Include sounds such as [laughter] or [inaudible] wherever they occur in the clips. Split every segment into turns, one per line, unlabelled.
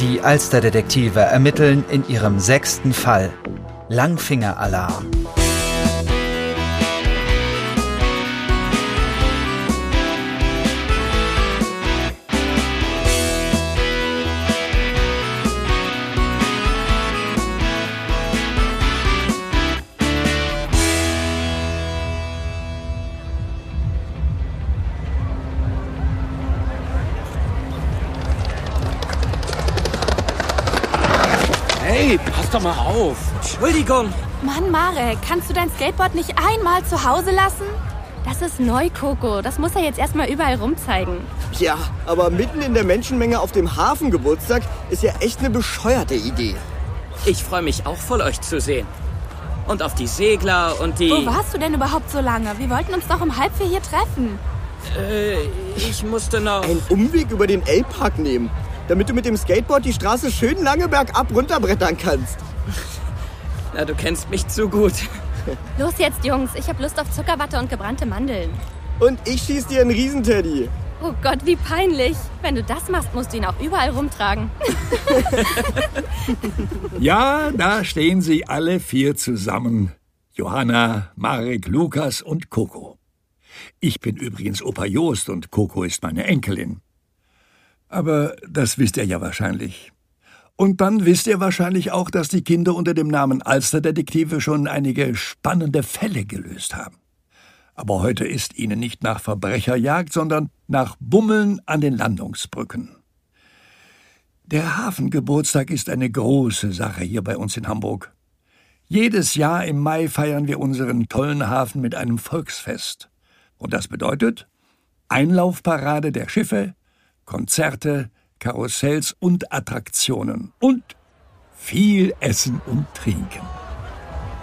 Die Alsterdetektive ermitteln in ihrem sechsten Fall Langfinger-Alarm.
Hey, pass doch mal auf.
Entschuldigung.
Mann, Marek, kannst du dein Skateboard nicht einmal zu Hause lassen? Das ist neu, Coco. Das muss er jetzt erstmal überall rumzeigen.
Ja, aber mitten in der Menschenmenge auf dem Hafengeburtstag ist ja echt eine bescheuerte Idee.
Ich freue mich auch voll euch zu sehen. Und auf die Segler und die.
Oh,
Wo warst du denn überhaupt so lange? Wir wollten uns doch um halb vier hier treffen.
Äh, ich musste noch.
Einen Umweg über den Elbpark nehmen, damit du mit dem Skateboard die Straße schön lange bergab runterbrettern kannst.
Na, du kennst mich zu gut.
Los jetzt, Jungs. Ich habe Lust auf Zuckerwatte und gebrannte Mandeln.
Und ich schieß dir einen Riesenteddy.
Oh Gott, wie peinlich. Wenn du das machst, musst du ihn auch überall rumtragen. [laughs]
Ja, da stehen sie alle vier zusammen. Johanna, Marek, Lukas und Coco. Ich bin übrigens Opa Jost und Coco ist meine Enkelin. Aber das wisst ihr ja wahrscheinlich. Und dann wisst ihr wahrscheinlich auch, dass die Kinder unter dem Namen Alsterdetektive schon einige spannende Fälle gelöst haben. Aber heute ist ihnen nicht nach Verbrecherjagd, sondern nach Bummeln an den Landungsbrücken. Der Hafengeburtstag ist eine große Sache hier bei uns in Hamburg. Jedes Jahr im Mai feiern wir unseren tollen Hafen mit einem Volksfest. Und das bedeutet Einlaufparade der Schiffe, Konzerte, Karussells und Attraktionen und viel Essen und Trinken.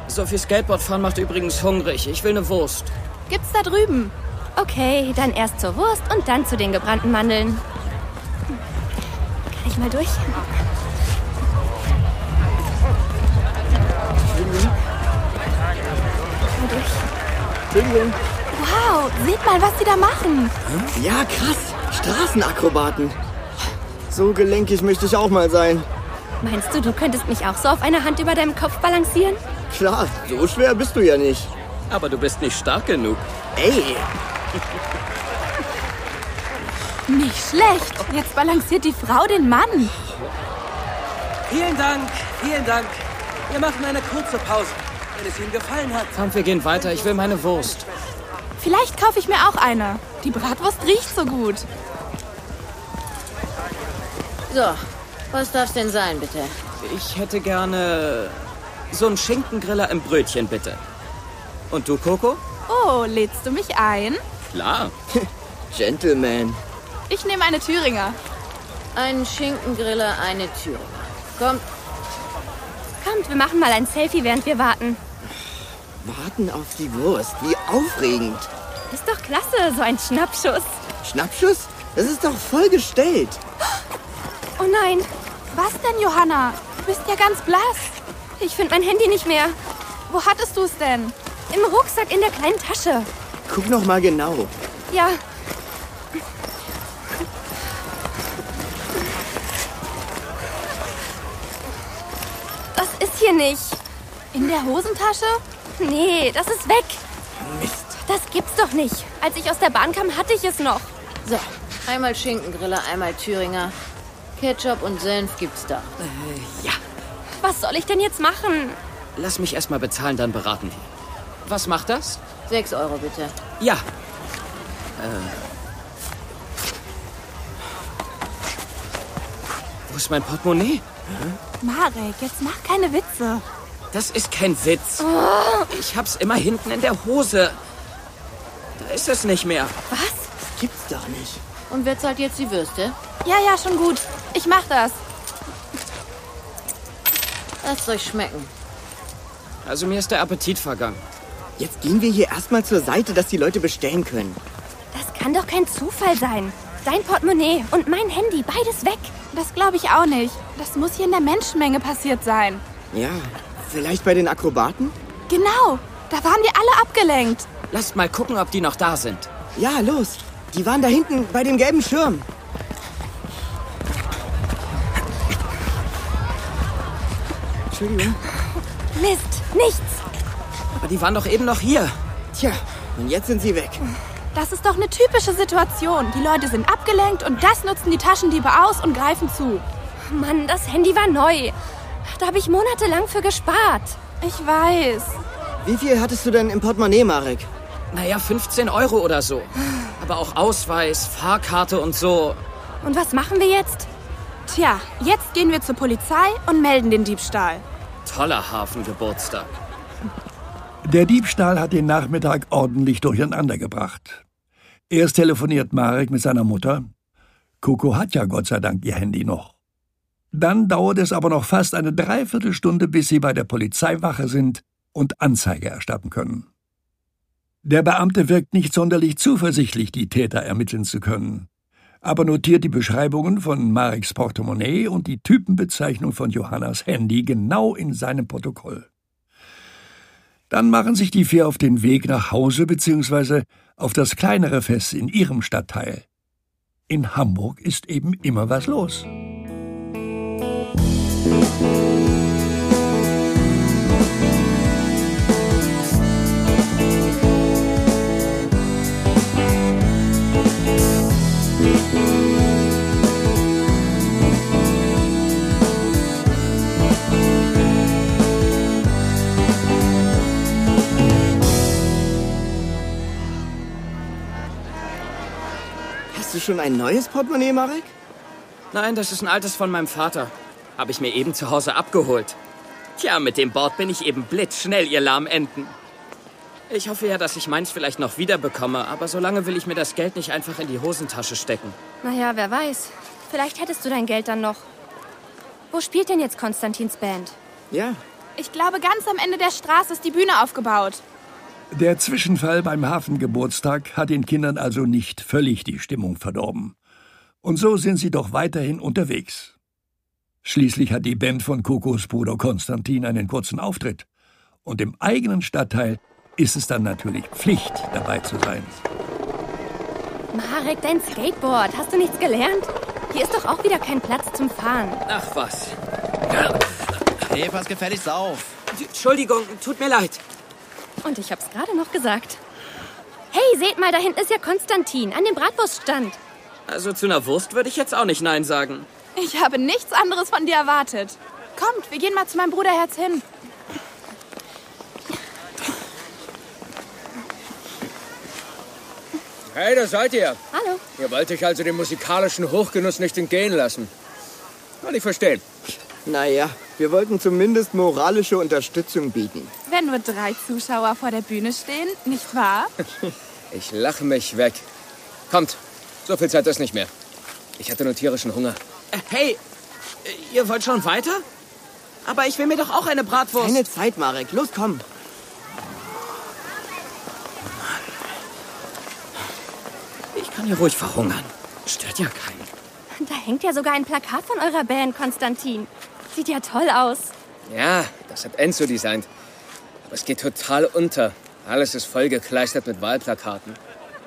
So viel Skateboardfahren macht übrigens hungrig. Ich will eine Wurst.
Gibt's da drüben? Okay, dann erst zur Wurst und dann zu den gebrannten Mandeln. Kann ich mal durch? Mal durch.
Entschuldigung.
Wow, seht mal, was die da machen.
Ja, krass. Straßenakrobaten. So gelenkig möchte ich auch mal sein.
Meinst du, du könntest mich auch so auf einer Hand über deinem Kopf balancieren?
Klar, so schwer bist du ja nicht.
Aber du bist nicht stark genug.
Ey,
Nicht schlecht. Jetzt balanciert die Frau den Mann.
Vielen Dank, vielen Dank. Wir machen eine kurze Pause. Wenn es Ihnen gefallen hat,
Komm, wir gehen weiter. Ich will meine Wurst.
Vielleicht kaufe ich mir auch eine. Die Bratwurst riecht so gut.
So, was darf's denn sein, bitte?
Ich hätte gerne. So einen Schinkengriller im Brötchen, bitte. Und du, Coco?
Oh, lädst du mich ein?
[laughs] Klar.
Gentleman.
Ich nehme eine Thüringer.
Einen Schinkengriller, eine Tür. Kommt,
Kommt, wir machen mal ein Selfie, während wir warten.
Warten auf die Wurst. Wie aufregend.
Ist doch klasse, so ein Schnappschuss.
Schnappschuss? Das ist doch voll gestellt.
Oh nein. Was denn, Johanna? Du bist ja ganz blass. Ich finde mein Handy nicht mehr. Wo hattest du es denn? Im Rucksack in der kleinen Tasche.
Guck noch mal genau.
Ja. Das ist hier nicht. In der Hosentasche? Nee, das ist weg.
Mist.
Das gibt's doch nicht. Als ich aus der Bahn kam, hatte ich es noch.
so. Einmal Schinkengriller, einmal Thüringer. Ketchup und Senf gibt's da.
Äh,
Was soll ich denn jetzt machen?
Lass mich erst mal bezahlen, dann beraten wir. Was macht das?
Sechs Euro bitte.
Ja. Äh. Wo ist mein Portemonnaie?
Marek, jetzt mach keine Witze.
Das ist kein Witz.
Oh.
Ich hab's immer hinten in der Hose. Da ist es nicht mehr.
Das gibt's doch nicht.
Und wer zahlt jetzt die Würste?
Ja, ja, schon gut. Ich mach das.
Lasst euch schmecken.
Also mir ist der Appetit vergangen.
Jetzt gehen wir hier erstmal zur Seite, dass die Leute bestellen können.
Das kann doch kein Zufall sein. Dein Portemonnaie und mein Handy, beides weg. Das glaube ich auch nicht. Das muss hier in der Menschenmenge passiert sein.
Ja, vielleicht bei den Akrobaten?
Genau, da waren wir alle abgelenkt.
Lasst mal gucken, ob die noch da sind.
Ja, los. Die waren da hinten bei dem gelben Schirm. Entschuldigung.
Mist, nichts.
Aber die waren doch eben noch hier.
Tja, und jetzt sind sie weg.
Das ist doch eine typische Situation. Die Leute sind abgelenkt und das nutzen die Taschendiebe aus und greifen zu. Mann, das Handy war neu. Da habe ich monatelang für gespart. Ich weiß.
Wie viel hattest du denn im Portemonnaie, Marek?
Naja, 15 Euro oder so. Aber auch Ausweis, Fahrkarte und so.
Und was machen wir jetzt? Tja, jetzt gehen wir zur Polizei und melden den Diebstahl.
Toller Hafengeburtstag.
Der Diebstahl hat den Nachmittag ordentlich durcheinander gebracht. Erst telefoniert Marek mit seiner Mutter. Coco hat ja Gott sei Dank ihr Handy noch. Dann dauert es aber noch fast eine Dreiviertelstunde, bis sie bei der Polizeiwache sind und Anzeige erstatten können. Der Beamte wirkt nicht sonderlich zuversichtlich, die Täter ermitteln zu können, aber notiert die Beschreibungen von Mareks Portemonnaie und die Typenbezeichnung von Johannas Handy genau in seinem Protokoll. Dann machen sich die vier auf den Weg nach Hause bzw. auf das kleinere Fest in ihrem Stadtteil. In Hamburg ist eben immer was los.
Hast du schon ein neues Portemonnaie, Marek?
Nein, das ist ein altes von meinem Vater. Habe ich mir eben zu Hause abgeholt. Tja, mit dem Board bin ich eben blitzschnell, ihr Lahmenten. Ich hoffe ja, dass ich meins vielleicht noch wiederbekomme, aber solange will ich mir das Geld nicht einfach in die Hosentasche stecken.
Naja, wer weiß. Vielleicht hättest du dein Geld dann noch. Wo spielt denn jetzt Konstantins Band?
Ja.
Ich glaube, ganz am Ende der Straße ist die Bühne aufgebaut.
Der Zwischenfall beim Hafengeburtstag hat den Kindern also nicht völlig die Stimmung verdorben. Und so sind sie doch weiterhin unterwegs. Schließlich hat die Band von Kokos Bruder Konstantin einen kurzen Auftritt. Und im eigenen Stadtteil ist es dann natürlich Pflicht, dabei zu sein.
Marek, dein Skateboard. Hast du nichts gelernt? Hier ist doch auch wieder kein Platz zum Fahren.
Ach was.
Nee, pass gefälligst auf.
Entschuldigung, tut mir leid.
Und ich hab's gerade noch gesagt. Hey, seht mal, da hinten ist ja Konstantin an dem Bratwurststand.
Also zu einer Wurst würde ich jetzt auch nicht Nein sagen.
Ich habe nichts anderes von dir erwartet. Kommt, wir gehen mal zu meinem Bruderherz hin.
Hey, da seid ihr.
Hallo.
Ihr wollt euch also den musikalischen Hochgenuss nicht entgehen lassen. Kann ich verstehen.
Naja, wir wollten zumindest moralische Unterstützung bieten.
Wenn nur drei Zuschauer vor der Bühne stehen, nicht wahr?
[laughs] Ich lache mich weg. Kommt, so viel Zeit ist nicht mehr. Ich hatte nur tierischen Hunger.
Äh, Hey, äh, ihr wollt schon weiter? Aber ich will mir doch auch eine Bratwurst.
Keine Zeit, Marek. Los, komm.
Ich kann hier ruhig verhungern. Stört ja keinen.
Da hängt ja sogar ein Plakat von eurer Band, Konstantin. Sieht ja toll aus.
Ja, das hat Enzo designt. Aber es geht total unter. Alles ist voll gekleistert mit Wahlplakaten.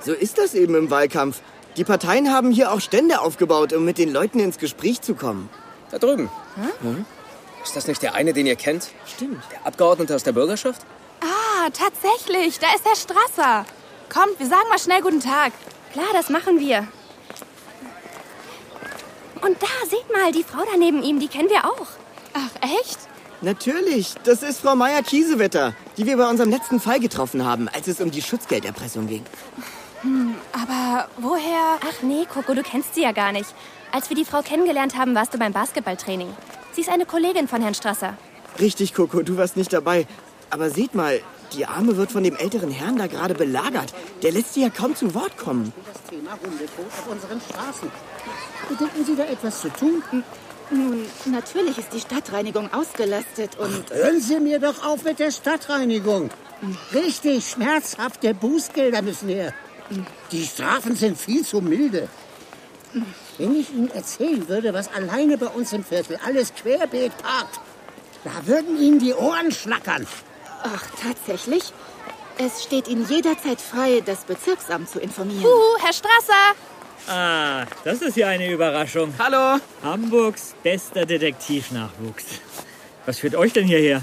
So ist das eben im Wahlkampf. Die Parteien haben hier auch Stände aufgebaut, um mit den Leuten ins Gespräch zu kommen.
Da drüben. Hm? Ist das nicht der eine, den ihr kennt? Stimmt. Der Abgeordnete aus der Bürgerschaft?
Ah, tatsächlich, da ist der Strasser. Kommt, wir sagen mal schnell guten Tag. Klar, das machen wir. Und da, seht mal, die Frau da neben ihm, die kennen wir auch. Ach, echt?
Natürlich, das ist Frau Meier Kiesewetter, die wir bei unserem letzten Fall getroffen haben, als es um die Schutzgelderpressung ging.
Hm, Aber woher? Ach nee, Coco, du kennst sie ja gar nicht. Als wir die Frau kennengelernt haben, warst du beim Basketballtraining. Sie ist eine Kollegin von Herrn Strasser.
Richtig, Coco, du warst nicht dabei. Aber seht mal, die Arme wird von dem älteren Herrn da gerade belagert. Der lässt sie ja kaum zu Wort kommen.
das Thema Hundekot auf unseren Straßen. Bedenken Sie da etwas zu tun?
Nun, natürlich ist die Stadtreinigung ausgelastet und
Hören Sie mir doch auf mit der Stadtreinigung. Richtig, schmerzhafte Bußgelder müssen her. Die Strafen sind viel zu milde. Wenn ich Ihnen erzählen würde, was alleine bei uns im Viertel alles querbeet parkt, da würden Ihnen die Ohren schlackern.
ach, tatsächlich. Es steht Ihnen jederzeit frei, das Bezirksamt zu informieren.
Uh, Herr Strasser!
Ah, das ist ja eine Überraschung.
Hallo.
Hamburgs bester Detektivnachwuchs. Was führt euch denn hierher?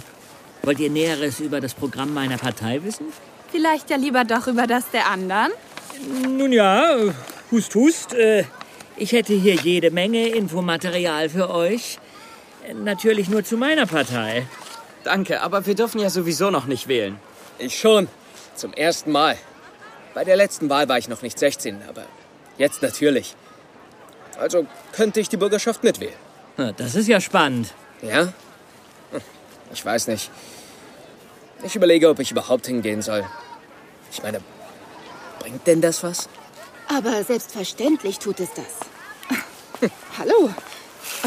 Wollt ihr Näheres über das Programm meiner Partei wissen?
Vielleicht ja lieber doch über das der anderen.
Nun ja, äh, hust, hust. äh, Ich hätte hier jede Menge Infomaterial für euch. Äh, Natürlich nur zu meiner Partei.
Danke, aber wir dürfen ja sowieso noch nicht wählen.
Ich schon. Zum ersten Mal. Bei der letzten Wahl war ich noch nicht 16, aber jetzt natürlich. Also könnte ich die Bürgerschaft mitwählen.
Na, Das ist ja spannend.
Ja? Hm, Ich weiß nicht. Ich überlege, ob ich überhaupt hingehen soll. Ich meine, bringt denn das was?
Aber selbstverständlich tut es das. Hallo,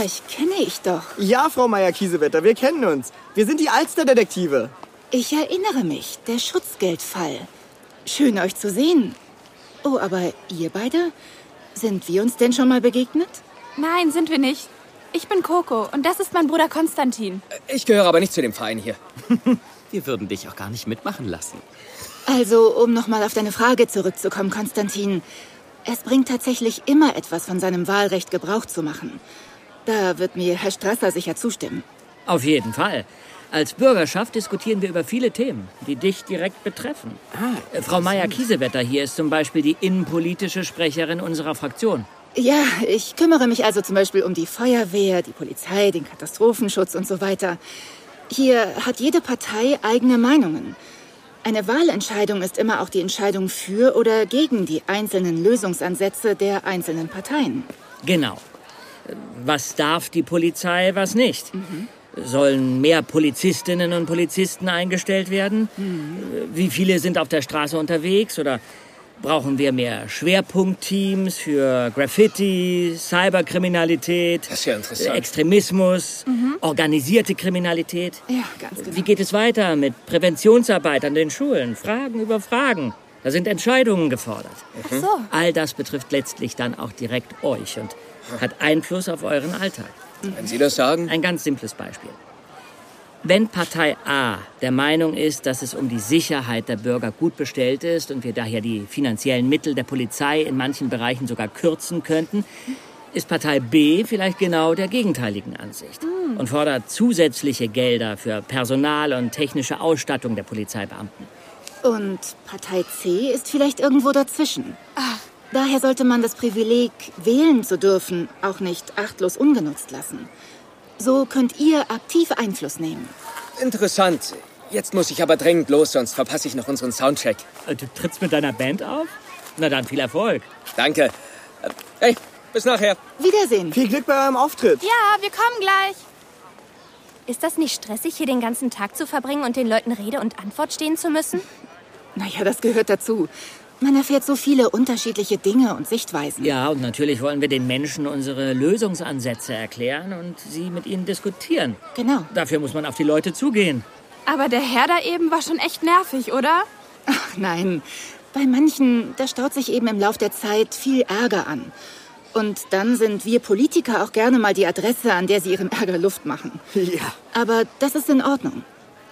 euch kenne ich doch.
Ja, Frau Meier-Kiesewetter, wir kennen uns. Wir sind [laughs] die Alsterdetektive.
Ich erinnere mich, der Schutzgeldfall. Schön, euch zu sehen. Oh, aber ihr beide? Sind wir uns denn schon mal begegnet?
Nein, sind wir nicht. Ich bin Coco und das ist mein Bruder Konstantin.
Ich gehöre aber nicht zu dem Verein hier.
[laughs] Wir würden dich auch gar nicht mitmachen lassen.
Also, um nochmal auf deine Frage zurückzukommen, Konstantin. Es bringt tatsächlich immer etwas von seinem Wahlrecht Gebrauch zu machen. Da wird mir Herr Strasser sicher zustimmen.
Auf jeden Fall. Als Bürgerschaft diskutieren wir über viele Themen, die dich direkt betreffen. Äh, Frau Meier-Kiesewetter hier ist zum Beispiel die innenpolitische Sprecherin unserer Fraktion.
Ja, ich kümmere mich also zum Beispiel um die Feuerwehr, die Polizei, den Katastrophenschutz und so weiter. Hier hat jede Partei eigene Meinungen. Eine Wahlentscheidung ist immer auch die Entscheidung für oder gegen die einzelnen Lösungsansätze der einzelnen Parteien.
Genau. Was darf die Polizei, was nicht? Sollen mehr Polizistinnen und Polizisten eingestellt werden? Äh, Wie viele sind auf der Straße unterwegs? Oder brauchen wir mehr Schwerpunktteams für Graffiti, Cyberkriminalität,
interessant.
Extremismus, Oh, organisierte Kriminalität?
Ja, ganz
Wie geht es weiter mit Präventionsarbeit an den Schulen? Fragen über Fragen. Da sind Entscheidungen gefordert.
Ach so.
All das betrifft letztlich dann auch direkt euch und hat Einfluss auf euren Alltag.
Wenn Sie das sagen.
Ein ganz simples Beispiel. Wenn Partei A der Meinung ist, dass es um die Sicherheit der Bürger gut bestellt ist und wir daher die finanziellen Mittel der Polizei in manchen Bereichen sogar kürzen könnten, ist Partei B vielleicht genau der gegenteiligen Ansicht Hm. und fordert zusätzliche Gelder für Personal und technische Ausstattung der Polizeibeamten.
Und Partei C ist vielleicht irgendwo dazwischen. Daher sollte man das Privileg, wählen zu dürfen, auch nicht achtlos ungenutzt lassen. So könnt ihr aktiv Einfluss nehmen.
Interessant. Jetzt muss ich aber dringend los, sonst verpasse ich noch unseren Soundcheck.
Äh, Du trittst mit deiner Band auf? Na dann viel Erfolg.
Danke. Äh, Hey, bis nachher.
Wiedersehen.
Viel Glück bei eurem Auftritt.
Ja, wir kommen gleich. Ist das nicht stressig, hier den ganzen Tag zu verbringen und den Leuten Rede und Antwort stehen zu müssen?
Naja, das gehört dazu. Man erfährt so viele unterschiedliche Dinge und Sichtweisen.
Ja, und natürlich wollen wir den Menschen unsere Lösungsansätze erklären und sie mit ihnen diskutieren.
Genau.
Dafür muss man auf die Leute zugehen.
Aber der Herr da eben war schon echt nervig, oder?
Ach nein, bei manchen, da staut sich eben im Lauf der Zeit viel Ärger an. Und dann sind wir Politiker auch gerne mal die Adresse, an der sie ihren Ärger Luft machen.
Ja.
Aber das ist in Ordnung.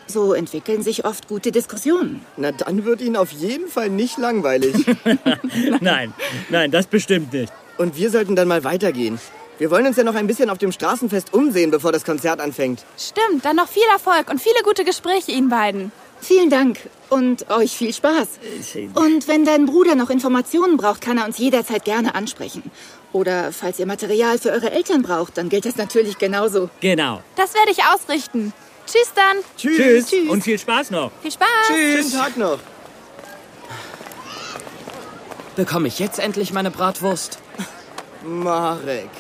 So entwickeln sich oft gute Diskussionen.
Na, dann wird Ihnen auf jeden Fall nicht langweilig.
[laughs] Nein, nein, das bestimmt nicht.
Und wir sollten dann mal weitergehen. Wir wollen uns ja noch ein bisschen auf dem Straßenfest umsehen, bevor das Konzert anfängt.
Stimmt, dann noch viel Erfolg und viele gute Gespräche Ihnen beiden.
Vielen Dank und euch viel Spaß. Und wenn dein Bruder noch Informationen braucht, kann er uns jederzeit gerne ansprechen. Oder falls ihr Material für eure Eltern braucht, dann gilt das natürlich genauso.
Genau.
Das werde ich ausrichten. Tschüss dann.
Tschüss. Und viel Spaß noch.
Viel Spaß.
Schönen Tag noch.
Bekomme ich jetzt endlich meine Bratwurst?
Marek.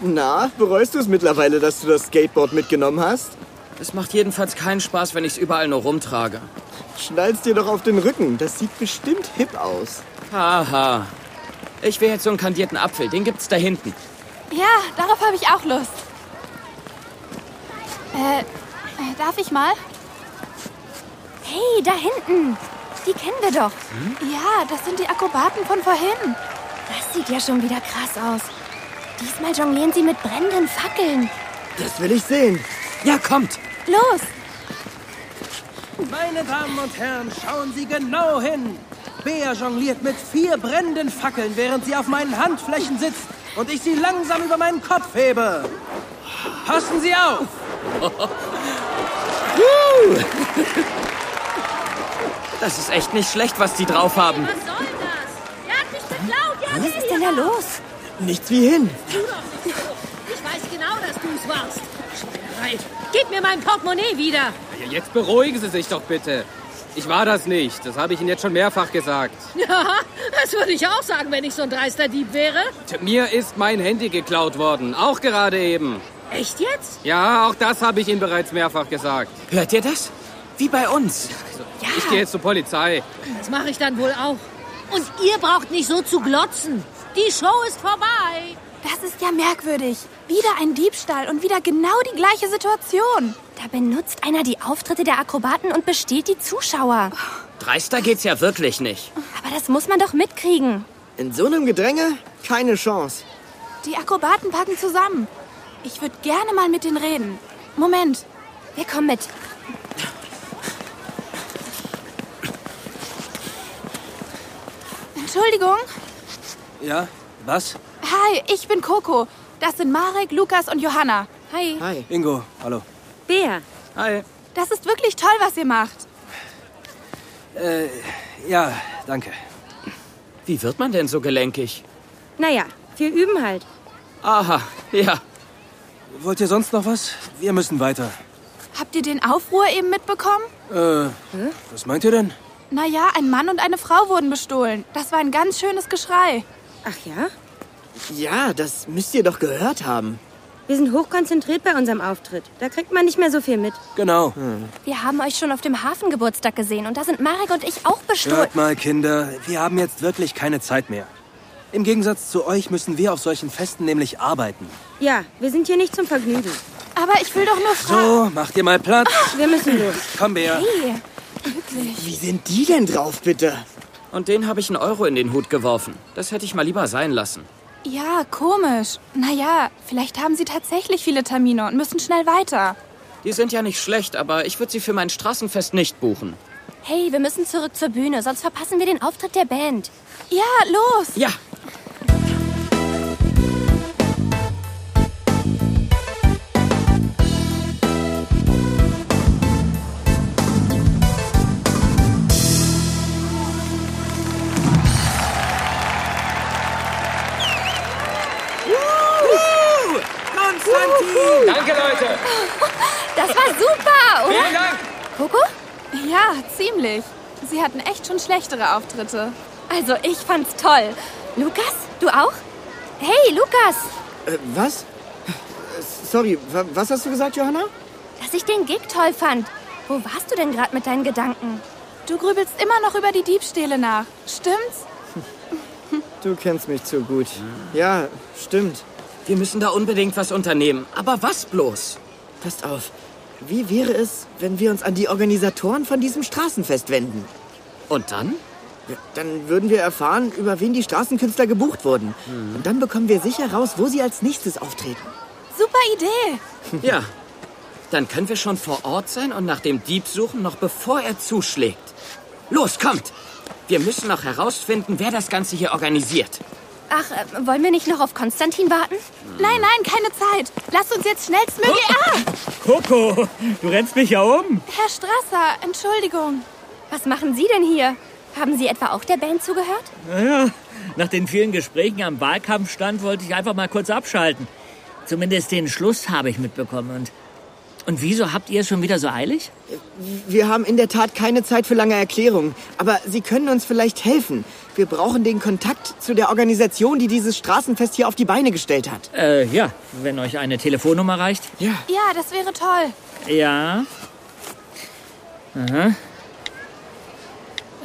Na, bereust du es mittlerweile, dass du das Skateboard mitgenommen hast?
Es macht jedenfalls keinen Spaß, wenn ich es überall nur rumtrage.
Schnall's dir doch auf den Rücken. Das sieht bestimmt hip aus.
Haha. Ich will jetzt so einen kandierten Apfel. Den gibt's da hinten.
Ja, darauf habe ich auch Lust. Äh, äh, darf ich mal? Hey, da hinten. Die kennen wir doch.
Hm?
Ja, das sind die Akrobaten von vorhin. Das sieht ja schon wieder krass aus. Diesmal jonglieren sie mit brennenden Fackeln.
Das will ich sehen.
Ja, kommt.
Los!
Meine Damen und Herren, schauen Sie genau hin. Bea jongliert mit vier brennenden Fackeln, während sie auf meinen Handflächen sitzt und ich sie langsam über meinen Kopf hebe. Passen Sie auf!
[laughs]
Wuhu! Das ist echt nicht schlecht, was die drauf haben.
Er hat mich beklaut, ja,
Was ist denn da los?
Nichts wie hin.
Tu doch nicht so. Ich weiß genau, dass du es warst. Schweinerei. Gib mir mein Portemonnaie wieder.
Ja, Jetzt beruhigen Sie sich doch bitte. Ich war das nicht. Das habe ich Ihnen jetzt schon mehrfach gesagt.
Ja, das würde ich auch sagen, wenn ich so ein dreister Dieb wäre.
T- Mir ist mein Handy geklaut worden. Auch gerade eben.
Echt jetzt?
Ja, auch das habe ich Ihnen bereits mehrfach gesagt.
Hört ihr das? Wie bei uns.
Ja,
Ich gehe jetzt zur Polizei.
das mache ich dann wohl auch. Und ihr braucht nicht so zu glotzen. Die Show ist vorbei.
Das ist ja merkwürdig. Wieder ein Diebstahl und wieder genau die gleiche Situation. Da benutzt einer die Auftritte der Akrobaten und besteht die Zuschauer.
Dreister geht's ja wirklich nicht.
Aber das muss man doch mitkriegen.
In so einem Gedränge? Keine Chance.
Die Akrobaten packen zusammen. Ich würde gerne mal mit denen reden. Moment, wir kommen mit. Entschuldigung.
[laughs] Ja, was?
Hi, ich bin Coco. Das sind Marek, Lukas und Johanna. Hi.
Hi. Ingo, hallo.
Bea.
Hi.
Das ist wirklich toll, was ihr macht.
Äh, ja, danke.
Wie wird man denn so gelenkig?
Naja, wir üben halt.
Aha, ja.
Wollt ihr sonst noch was? Wir müssen weiter.
Habt ihr den Aufruhr eben mitbekommen?
Äh, was meint ihr denn?
Naja, ein Mann und eine Frau wurden bestohlen. Das war ein ganz schönes Geschrei.
Ach ja?
Ja, das müsst ihr doch gehört haben.
Wir sind hochkonzentriert bei unserem Auftritt. Da kriegt man nicht mehr so viel mit.
Genau.
Hm.
Wir haben euch schon auf dem Hafengeburtstag gesehen und da sind Marek und ich auch bestohlen.
Hört mal, Kinder, wir haben jetzt wirklich keine Zeit mehr. Im Gegensatz zu euch müssen wir auf solchen Festen nämlich arbeiten.
Ja, wir sind hier nicht zum Vergnügen.
Aber ich will doch nur
So, macht ihr mal Platz.
Ah. Wir müssen los.
Komm, Bea.
Hey, wirklich.
Wie sind die denn drauf, bitte?
Und den habe ich einen Euro in den Hut geworfen. Das hätte ich mal lieber sein lassen.
Ja, komisch. Naja, vielleicht haben sie tatsächlich viele Termine und müssen schnell weiter.
Die sind ja nicht schlecht, aber ich würde sie für mein Straßenfest nicht buchen.
Hey, wir müssen zurück zur Bühne, sonst verpassen wir den Auftritt der Band. Ja, los!
Ja,
Konstantin!
Danke, Leute.
Das war super, oder?
Vielen Dank.
Coco? Ja, ziemlich. Sie hatten echt schon schlechtere Auftritte. Also, ich fand's toll. Lukas, du auch? Hey, Lukas,
Äh, was? Sorry, wa- was hast du gesagt, Johanna?
dass ich den Gig toll fand. Wo warst du denn gerade mit deinen Gedanken? Du grübelst immer noch über die Diebstähle nach, stimmt's?
Du kennst mich zu gut. Ja, stimmt.
wir müssen da unbedingt was unternehmen. Aber was bloß?
Passt auf. Wie wäre es, wenn wir uns an die Organisatoren von diesem Straßenfest wenden?
Und dann?
Ja, Dann würden wir erfahren, über wen die Straßenkünstler gebucht wurden.
Hm.
Und dann bekommen wir sicher raus, wo sie als nächstes auftreten.
Super Idee.
[laughs] Ja. Dann können wir schon vor Ort sein und nach dem Dieb suchen, noch bevor er zuschlägt. Los, kommt! Wir müssen noch herausfinden, wer das Ganze hier organisiert.
Ach, äh, wollen wir nicht noch auf Konstantin warten? Nein, nein, keine Zeit. Lasst uns jetzt schnellstmöglich... Ah!
Coco, du rennst mich ja um.
Herr Strasser, Entschuldigung. Was machen Sie denn hier? Haben Sie etwa auch der Band zugehört?
Naja, nach den vielen Gesprächen am Wahlkampfstand wollte ich einfach mal kurz abschalten. Zumindest den Schluss habe ich mitbekommen. Und, und wieso habt ihr es schon wieder so eilig?
Wir haben in der Tat keine Zeit für lange Erklärungen, aber Sie können uns vielleicht helfen. Wir brauchen den Kontakt zu der Organisation, die dieses Straßenfest hier auf die Beine gestellt hat.
Äh, ja, wenn euch eine Telefonnummer reicht.
Ja.
Ja, das wäre toll.
Ja. Aha.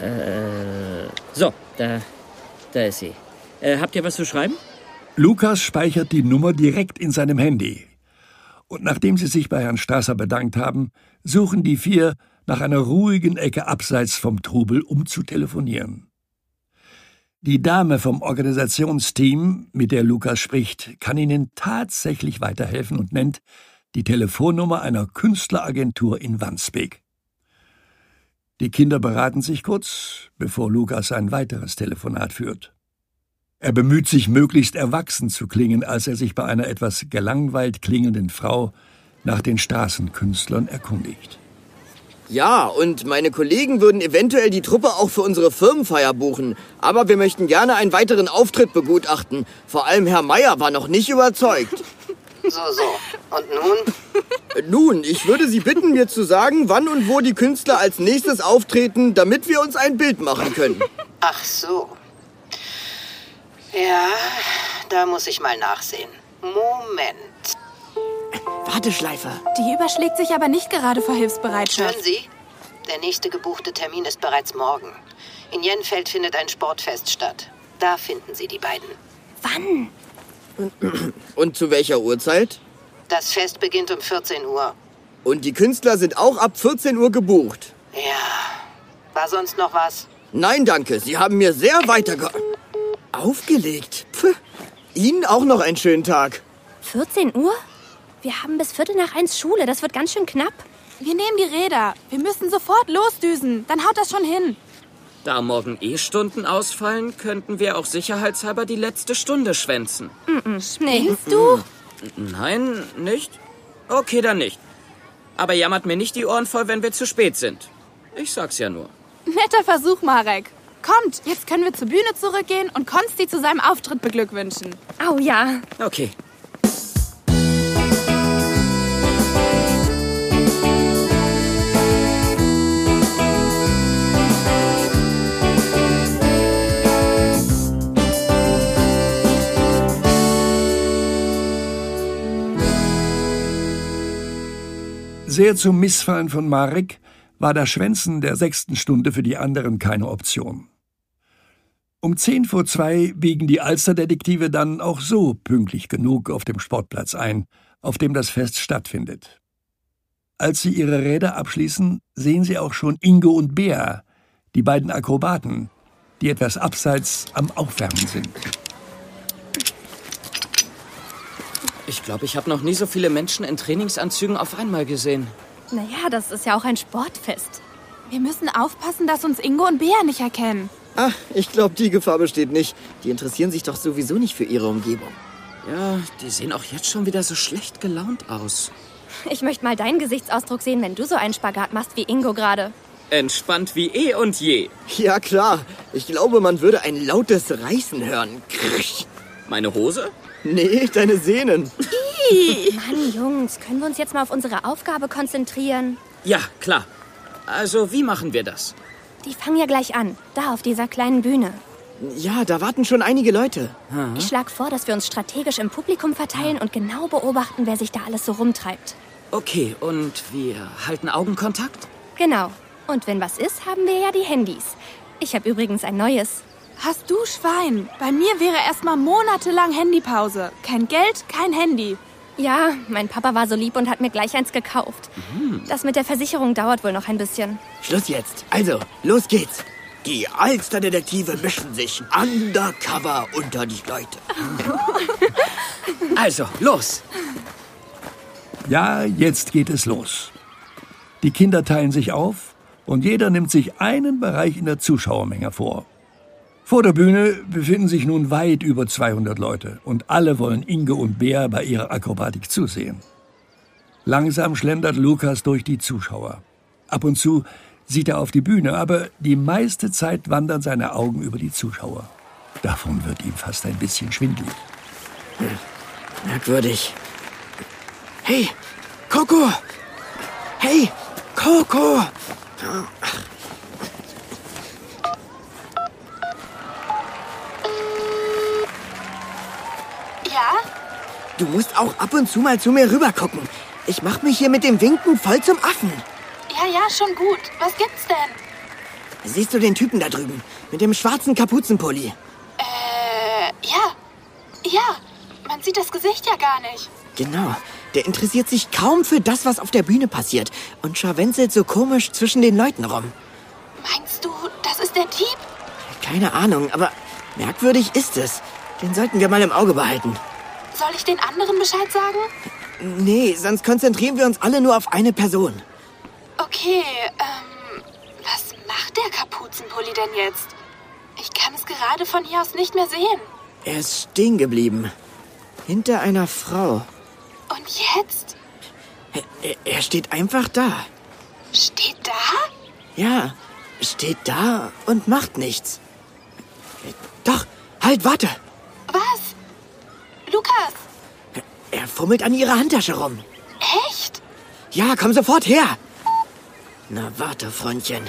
Äh, so, da, da ist sie. Äh, habt ihr was zu schreiben?
Lukas speichert die Nummer direkt in seinem Handy. Und nachdem sie sich bei Herrn Strasser bedankt haben, suchen die vier nach einer ruhigen Ecke abseits vom Trubel, um zu telefonieren. Die Dame vom Organisationsteam, mit der Lukas spricht, kann ihnen tatsächlich weiterhelfen und nennt die Telefonnummer einer Künstleragentur in Wandsbek. Die Kinder beraten sich kurz, bevor Lukas ein weiteres Telefonat führt. Er bemüht sich, möglichst erwachsen zu klingen, als er sich bei einer etwas gelangweilt klingenden Frau nach den Straßenkünstlern erkundigt.
Ja, und meine Kollegen würden eventuell die Truppe auch für unsere Firmenfeier buchen. Aber wir möchten gerne einen weiteren Auftritt begutachten. Vor allem Herr Meier war noch nicht überzeugt.
So, so. Also, Und nun?
Nun, ich würde Sie bitten, mir zu sagen, wann und wo die Künstler als nächstes auftreten, damit wir uns ein Bild machen können.
Ach so. Ja, da muss ich mal nachsehen. Moment.
Warteschleife.
Die überschlägt sich aber nicht gerade vor Hilfsbereitschaft.
Hören Sie, der nächste gebuchte Termin ist bereits morgen. In Jenfeld findet ein Sportfest statt. Da finden Sie die beiden.
Wann?
Und zu welcher Uhrzeit?
Das Fest beginnt um 14 Uhr.
Und die Künstler sind auch ab 14 Uhr gebucht.
Ja. War sonst noch was?
Nein, danke. Sie haben mir sehr weiterge... Aufgelegt. Pff. Ihnen auch noch einen schönen Tag.
14 Uhr? Wir haben bis Viertel nach eins Schule. Das wird ganz schön knapp. Wir nehmen die Räder. Wir müssen sofort losdüsen. Dann haut das schon hin.
Da morgen eh Stunden ausfallen, könnten wir auch sicherheitshalber die letzte Stunde schwänzen.
Mm, Spinnst du?
Nein, nicht? Okay, dann nicht. Aber jammert mir nicht die Ohren voll, wenn wir zu spät sind. Ich sag's ja nur.
Netter Versuch, Marek. Kommt, jetzt können wir zur Bühne zurückgehen und Konsti zu seinem Auftritt beglückwünschen. Au ja.
Okay.
Sehr zum Missfallen von Marek war das Schwänzen der sechsten Stunde für die anderen keine Option. Um zehn vor zwei biegen die Alsterdetektive dann auch so pünktlich genug auf dem Sportplatz ein, auf dem das Fest stattfindet. Als sie ihre Räder abschließen, sehen sie auch schon Ingo und Bea, die beiden Akrobaten, die etwas abseits am Aufwärmen sind.
Ich glaube, ich habe noch nie so viele Menschen in Trainingsanzügen auf einmal gesehen.
Naja, das ist ja auch ein Sportfest. Wir müssen aufpassen, dass uns Ingo und Bea nicht erkennen.
Ach, ich glaube, die Gefahr besteht nicht. Die interessieren sich doch sowieso nicht für ihre Umgebung.
Ja, die sehen auch jetzt schon wieder so schlecht gelaunt aus.
Ich möchte mal deinen Gesichtsausdruck sehen, wenn du so einen Spagat machst wie Ingo gerade.
Entspannt wie eh und je.
Ja, klar. Ich glaube, man würde ein lautes Reißen hören. Krisch.
Meine Hose?
Nee, deine Sehnen.
Mann, Jungs, können wir uns jetzt mal auf unsere Aufgabe konzentrieren?
Ja, klar. Also, wie machen wir das?
Die fangen ja gleich an, da auf dieser kleinen Bühne.
Ja, da warten schon einige Leute.
Hm?
Ich schlage vor, dass wir uns strategisch im Publikum verteilen und genau beobachten, wer sich da alles so rumtreibt.
Okay, und wir halten Augenkontakt?
Genau. Und wenn was ist, haben wir ja die Handys. Ich habe übrigens ein neues.
Hast du Schwein? Bei mir wäre erstmal monatelang Handypause. Kein Geld, kein Handy.
Ja, mein Papa war so lieb und hat mir gleich eins gekauft.
Hm.
Das mit der Versicherung dauert wohl noch ein bisschen.
Schluss jetzt. Also, los geht's. Die Alsterdetektive mischen sich undercover unter die Leute.
Also, los!
Ja, jetzt geht es los. Die Kinder teilen sich auf und jeder nimmt sich einen Bereich in der Zuschauermenge vor. Vor der Bühne befinden sich nun weit über 200 Leute und alle wollen Inge und Bea bei ihrer Akrobatik zusehen. Langsam schlendert Lukas durch die Zuschauer. Ab und zu sieht er auf die Bühne, aber die meiste Zeit wandern seine Augen über die Zuschauer. Davon wird ihm fast ein bisschen schwindelig.
Merkwürdig. Hey, Coco! Hey, Coco!
Ja?
Du musst auch ab und zu mal zu mir rübergucken. Ich mach mich hier mit dem Winken voll zum Affen.
Ja, ja, schon gut. Was gibt's denn?
Siehst du den Typen da drüben? Mit dem schwarzen Kapuzenpulli.
Äh, ja. Ja. Man sieht das Gesicht ja gar nicht.
Genau. Der interessiert sich kaum für das, was auf der Bühne passiert. Und scharwenzelt so komisch zwischen den Leuten rum.
Meinst du, das ist der Dieb?
Keine Ahnung, aber merkwürdig ist es. Den sollten wir mal im Auge behalten.
Soll ich den anderen Bescheid sagen?
Nee, sonst konzentrieren wir uns alle nur auf eine Person.
Okay, ähm, was macht der Kapuzenpulli denn jetzt? Ich kann es gerade von hier aus nicht mehr sehen.
Er ist stehen geblieben. Hinter einer Frau.
Und jetzt?
Er, er steht einfach da.
Steht da?
Ja, steht da und macht nichts. Doch, halt, warte.
Was? Lukas,
Er fummelt an ihrer Handtasche rum.
echt?
Ja, komm sofort her. Na, warte, Freundchen.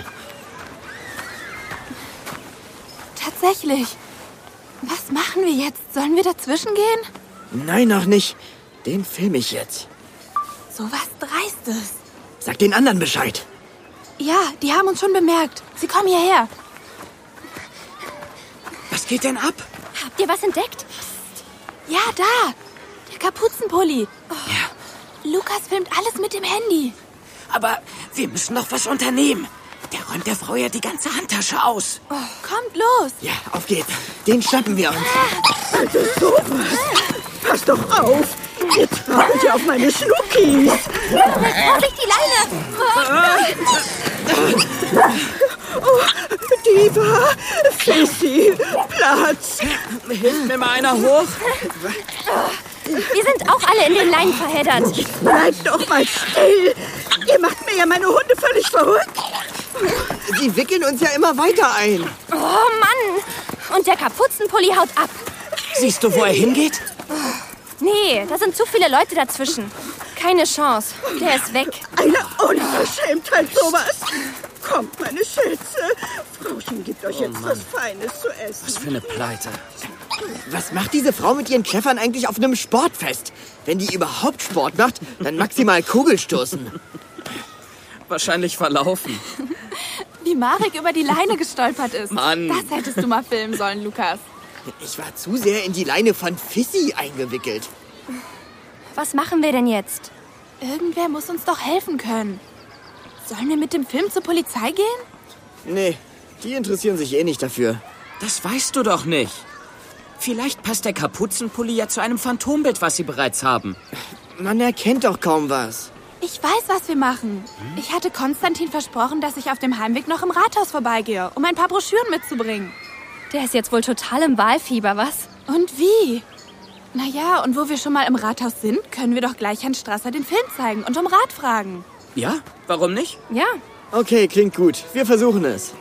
Tatsächlich. Was machen wir jetzt? Sollen wir dazwischen gehen?
Nein, noch nicht. Den film ich jetzt.
So was Dreistes.
Sag den anderen Bescheid.
Ja, die haben uns schon bemerkt. Sie kommen hierher.
Was geht denn ab?
Habt ihr was entdeckt? Ja, da. Der Kapuzenpulli. Ja. Lukas filmt alles mit dem Handy.
Aber wir müssen noch was unternehmen. Der räumt der Frau ja die ganze Handtasche aus.
Oh, Kommt los.
Ja, auf geht's. Den schnappen wir uns.
Alter, sowas. Pass doch auf. Ihr traut ja auf meine Schnuckis.
Vorsicht, die Leine!
Oh, Diva,
Ah,
Fissy, Platz.
Hilft mir mal einer hoch?
Wir sind auch alle in den Leinen verheddert.
Bleibt doch mal still. Ihr macht mir ja meine Hunde völlig verrückt.
Die wickeln uns ja immer weiter ein.
Oh Mann! Und der Kapuzenpulli haut ab.
Siehst du, wo er hingeht?
Nee, da sind zu viele Leute dazwischen. Keine Chance. Der ist weg.
Eine Unverschämtheit, sowas. Kommt, meine Schätze. Frauchen gibt euch
Oh,
jetzt
Mann.
was Feines zu essen.
Was für eine Pleite.
Was macht diese Frau mit ihren Treffern eigentlich auf einem Sportfest? Wenn die überhaupt Sport macht, dann maximal
[laughs]
Kugelstoßen.
Wahrscheinlich verlaufen.
Wie Marek über die Leine gestolpert ist.
Mann.
Das hättest du mal filmen sollen, Lukas.
Ich war zu sehr in die Leine von Fissy eingewickelt.
Was machen wir denn jetzt?
Irgendwer muss uns doch helfen können. Sollen wir mit dem Film zur Polizei gehen?
Nee, die interessieren sich eh nicht dafür.
Das weißt du doch nicht. Vielleicht passt der Kapuzenpulli ja zu einem Phantombild, was sie bereits haben.
Man erkennt doch kaum was.
Ich weiß, was wir machen. Ich hatte Konstantin versprochen, dass ich auf dem Heimweg noch im Rathaus vorbeigehe, um ein paar Broschüren mitzubringen.
Der ist jetzt wohl total im Wahlfieber, was?
Und wie? Naja, und wo wir schon mal im Rathaus sind, können wir doch gleich Herrn Strasser den Film zeigen und um Rat fragen.
Ja? Warum nicht?
Ja.
Okay, klingt gut. Wir versuchen es.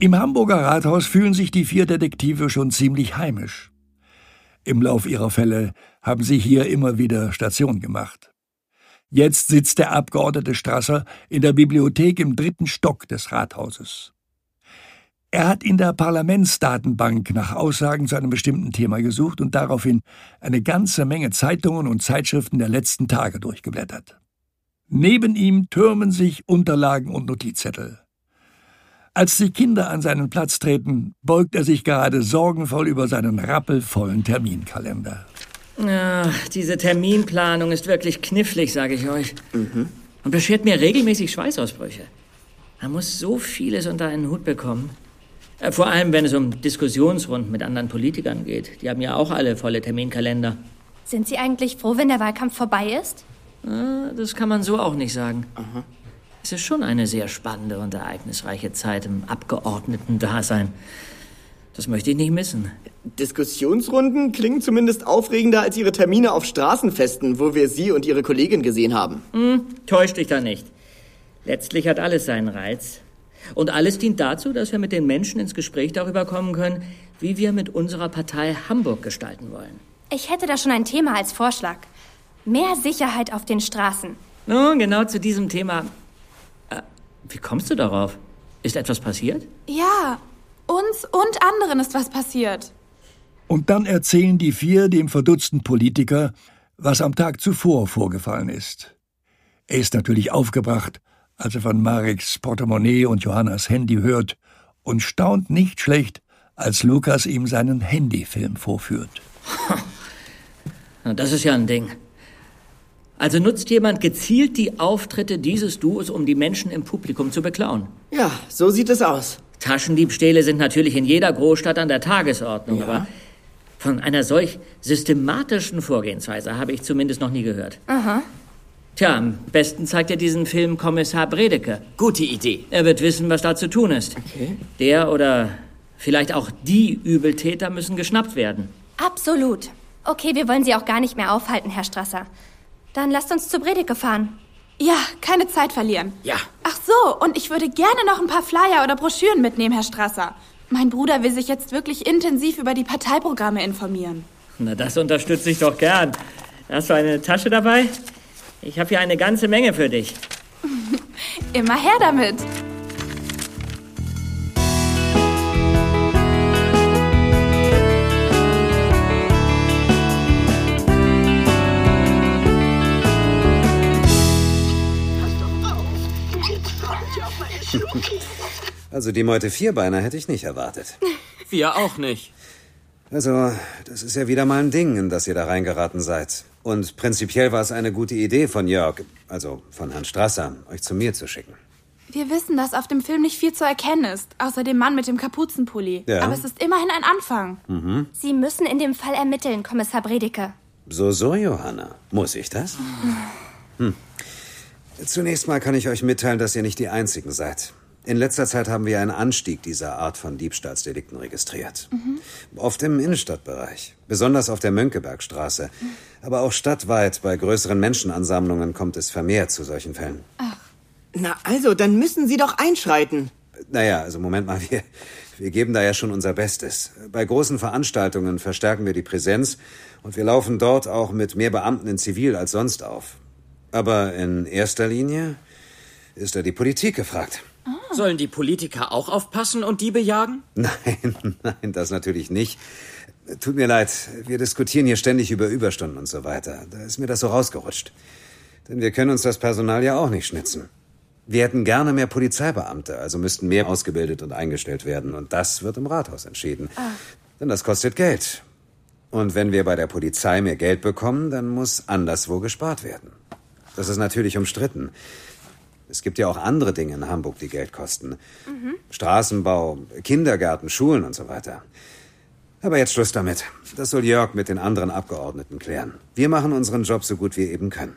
Im Hamburger Rathaus fühlen sich die vier Detektive schon ziemlich heimisch. Im Lauf ihrer Fälle haben sie hier immer wieder Station gemacht. Jetzt sitzt der Abgeordnete Strasser in der Bibliothek im dritten Stock des Rathauses. Er hat in der Parlamentsdatenbank nach Aussagen zu einem bestimmten Thema gesucht und daraufhin eine ganze Menge Zeitungen und Zeitschriften der letzten Tage durchgeblättert. Neben ihm türmen sich Unterlagen und Notizzettel. Als die Kinder an seinen Platz treten, beugt er sich gerade sorgenvoll über seinen rappelvollen Terminkalender.
Ja, Äh, diese Terminplanung ist wirklich knifflig, sage ich euch. Und beschert mir regelmäßig Schweißausbrüche. Man muss so vieles unter einen Hut bekommen. Äh, Vor allem, wenn es um Diskussionsrunden mit anderen Politikern geht. Die haben ja auch alle volle Terminkalender.
Sind Sie eigentlich froh, wenn der Wahlkampf vorbei ist?
Äh, Das kann man so auch nicht sagen. Es ist schon eine sehr spannende und ereignisreiche Zeit im Abgeordneten-Dasein. Das möchte ich nicht missen.
Diskussionsrunden klingen zumindest aufregender als ihre Termine auf Straßenfesten, wo wir sie und ihre Kollegin gesehen haben.
Hm, täusch dich da nicht. Letztlich hat alles seinen Reiz. Und alles dient dazu, dass wir mit den Menschen ins Gespräch darüber kommen können, wie wir mit unserer Partei Hamburg gestalten wollen.
Ich hätte da schon ein Thema als Vorschlag. Mehr Sicherheit auf den Straßen.
Nun, genau zu diesem Thema. Äh, wie kommst du darauf? Ist etwas passiert?
Ja, uns und anderen ist was passiert.
Und dann erzählen die vier dem verdutzten Politiker, was am Tag zuvor vorgefallen ist. Er ist natürlich aufgebracht, als er von Mareks Portemonnaie und Johannas Handy hört und staunt nicht schlecht, als Lukas ihm seinen Handyfilm vorführt.
Na, Das ist ja ein Ding. Also nutzt jemand gezielt die Auftritte dieses Duos, um die Menschen im Publikum zu beklauen.
Ja, so sieht es aus.
Taschendiebstähle sind natürlich in jeder Großstadt an der Tagesordnung, aber von einer solch systematischen Vorgehensweise habe ich zumindest noch nie gehört.
Aha.
Tja, am besten zeigt er diesen Film Kommissar Bredeke. Gute Idee. Er wird wissen, was da zu tun ist. Okay. Der oder vielleicht auch die Übeltäter müssen geschnappt werden.
Absolut. Okay, wir wollen Sie auch gar nicht mehr aufhalten, Herr Strasser. Dann lasst uns zu Bredeke fahren. Ja, keine Zeit verlieren.
Ja.
Ach so, und ich würde gerne noch ein paar Flyer oder Broschüren mitnehmen, Herr Strasser. Mein Bruder will sich jetzt wirklich intensiv über die Parteiprogramme informieren.
Na, das unterstütze ich doch gern. Hast du eine Tasche dabei? Ich habe hier eine ganze Menge für dich.
Immer her damit.
Also die Meute Vierbeiner hätte ich nicht erwartet.
Wir auch nicht.
Also, das ist ja wieder mal ein Ding, in das ihr da reingeraten seid. Und prinzipiell war es eine gute Idee von Jörg, also von Herrn Strasser, euch zu mir zu schicken.
Wir wissen, dass auf dem Film nicht viel zu erkennen ist, außer dem Mann mit dem Kapuzenpulli.
Ja.
Aber es ist immerhin ein Anfang.
Mhm.
Sie müssen in dem Fall ermitteln, Kommissar Bredeke.
So, so, Johanna. Muss ich das? Hm. Zunächst mal kann ich euch mitteilen, dass ihr nicht die Einzigen seid. In letzter Zeit haben wir einen Anstieg dieser Art von Diebstahlsdelikten registriert. Oft im Innenstadtbereich, besonders auf der Mönckebergstraße. Aber auch stadtweit bei größeren Menschenansammlungen kommt es vermehrt zu solchen Fällen.
Na also, dann müssen Sie doch einschreiten.
Naja, also Moment mal, [laughs] wir, wir geben da ja schon unser Bestes. Bei großen Veranstaltungen verstärken wir die Präsenz und wir laufen dort auch mit mehr Beamten in Zivil als sonst auf. Aber in erster Linie ist da die Politik gefragt.
Sollen die Politiker auch aufpassen und Diebe jagen?
[laughs] Nein, nein, das natürlich nicht. Tut mir leid, wir diskutieren hier ständig über Überstunden und so weiter. Da ist mir das so rausgerutscht. Denn wir können uns das Personal ja auch nicht schnitzen. Wir hätten gerne mehr Polizeibeamte, also müssten mehr ausgebildet und eingestellt werden. Und das wird im Rathaus entschieden. Denn das kostet Geld. Und wenn wir bei der Polizei mehr Geld bekommen, dann muss anderswo gespart werden. Das ist natürlich umstritten. Es gibt ja auch andere Dinge in Hamburg, die Geld kosten. Straßenbau, Kindergärten, Schulen und so weiter. Aber jetzt Schluss damit. Das soll Jörg mit den anderen Abgeordneten klären. Wir machen unseren Job so gut wir eben können.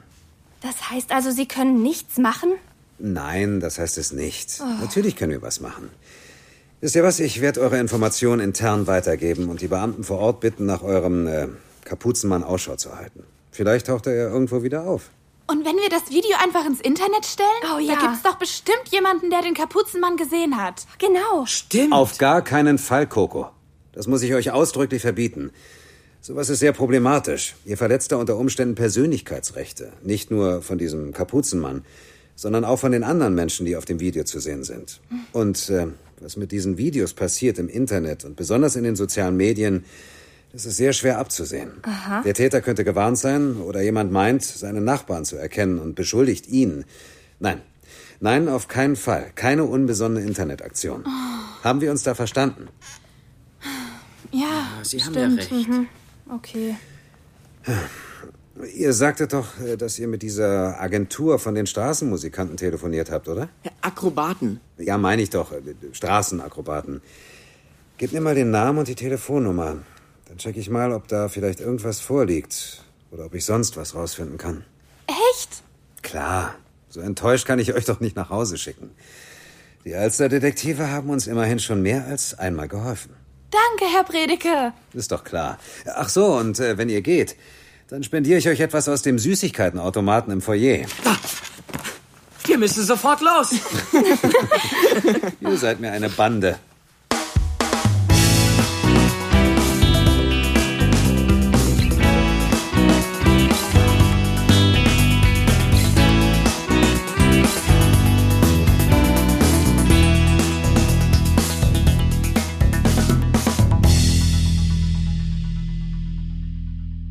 Das heißt also, Sie können nichts machen?
Nein, das heißt es nicht.
Oh.
Natürlich können wir was machen. Wisst ihr was? Ich werde eure Informationen intern weitergeben und die Beamten vor Ort bitten, nach eurem äh, Kapuzenmann Ausschau zu halten. Vielleicht taucht er ja irgendwo wieder auf.
Und wenn wir das Video einfach ins Internet stellen? Oh
ja.
Da gibt's doch bestimmt jemanden, der den Kapuzenmann gesehen hat. Genau.
Stimmt.
Auf gar keinen Fall, Coco. Das muss ich euch ausdrücklich verbieten. Sowas ist sehr problematisch. Ihr verletzt da unter Umständen Persönlichkeitsrechte. Nicht nur von diesem Kapuzenmann, sondern auch von den anderen Menschen, die auf dem Video zu sehen sind. Und äh, was mit diesen Videos passiert im Internet und besonders in den sozialen Medien, das ist sehr schwer abzusehen.
Aha.
Der Täter könnte gewarnt sein oder jemand meint, seinen Nachbarn zu erkennen und beschuldigt ihn. Nein, nein, auf keinen Fall. Keine unbesonnene Internetaktion. Haben wir uns da verstanden?
Ja,
Sie
haben
stimmt.
ja recht.
Mhm. Okay.
Ihr sagtet doch, äh, dass ihr mit dieser Agentur von den Straßenmusikanten telefoniert habt, oder?
Akrobaten.
Ja, meine ich doch. äh, Straßenakrobaten. Gebt mir mal den Namen und die Telefonnummer. Dann check ich mal, ob da vielleicht irgendwas vorliegt. Oder ob ich sonst was rausfinden kann.
Echt?
Klar, so enttäuscht kann ich euch doch nicht nach Hause schicken. Die Alster-Detektive haben uns immerhin schon mehr als einmal geholfen.
Danke, Herr Bredeke.
Ist doch klar. Ach so, und äh, wenn ihr geht, dann spendiere ich euch etwas aus dem Süßigkeitenautomaten im [laughs] Foyer.
Wir müssen sofort los.
Ihr seid mir eine Bande.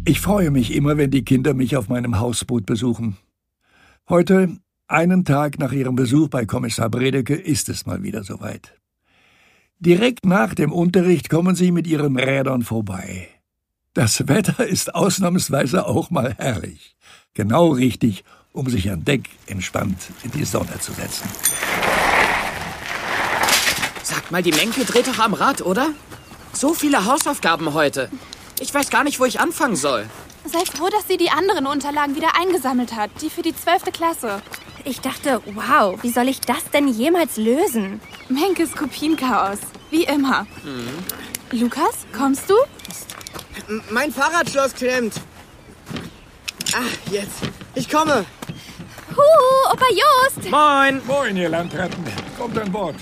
Ich freue mich immer, wenn die Kinder mich auf meinem Hausboot besuchen. Heute, einen Tag nach ihrem Besuch bei Kommissar Bredeke, ist es mal wieder soweit. Direkt nach dem Unterricht kommen sie mit ihren Rädern vorbei. Das Wetter ist ausnahmsweise auch mal herrlich. Genau richtig, um sich an Deck entspannt in die Sonne zu setzen.
Sag mal, die Menke dreht doch am Rad, oder? So viele Hausaufgaben heute. Ich weiß gar nicht, wo ich anfangen soll.
Sei froh, dass sie die anderen Unterlagen wieder eingesammelt hat, die für die 12. Klasse. Ich dachte, wow, wie soll ich das denn jemals lösen? Menkes Kopienchaos, wie immer. Lukas, kommst du?
M- Mein Fahrradschloss klemmt. Ah, jetzt. Ich komme.
Huhu, Opa Jost!
Moin!
Moin, ihr Landratten. Kommt an Bord.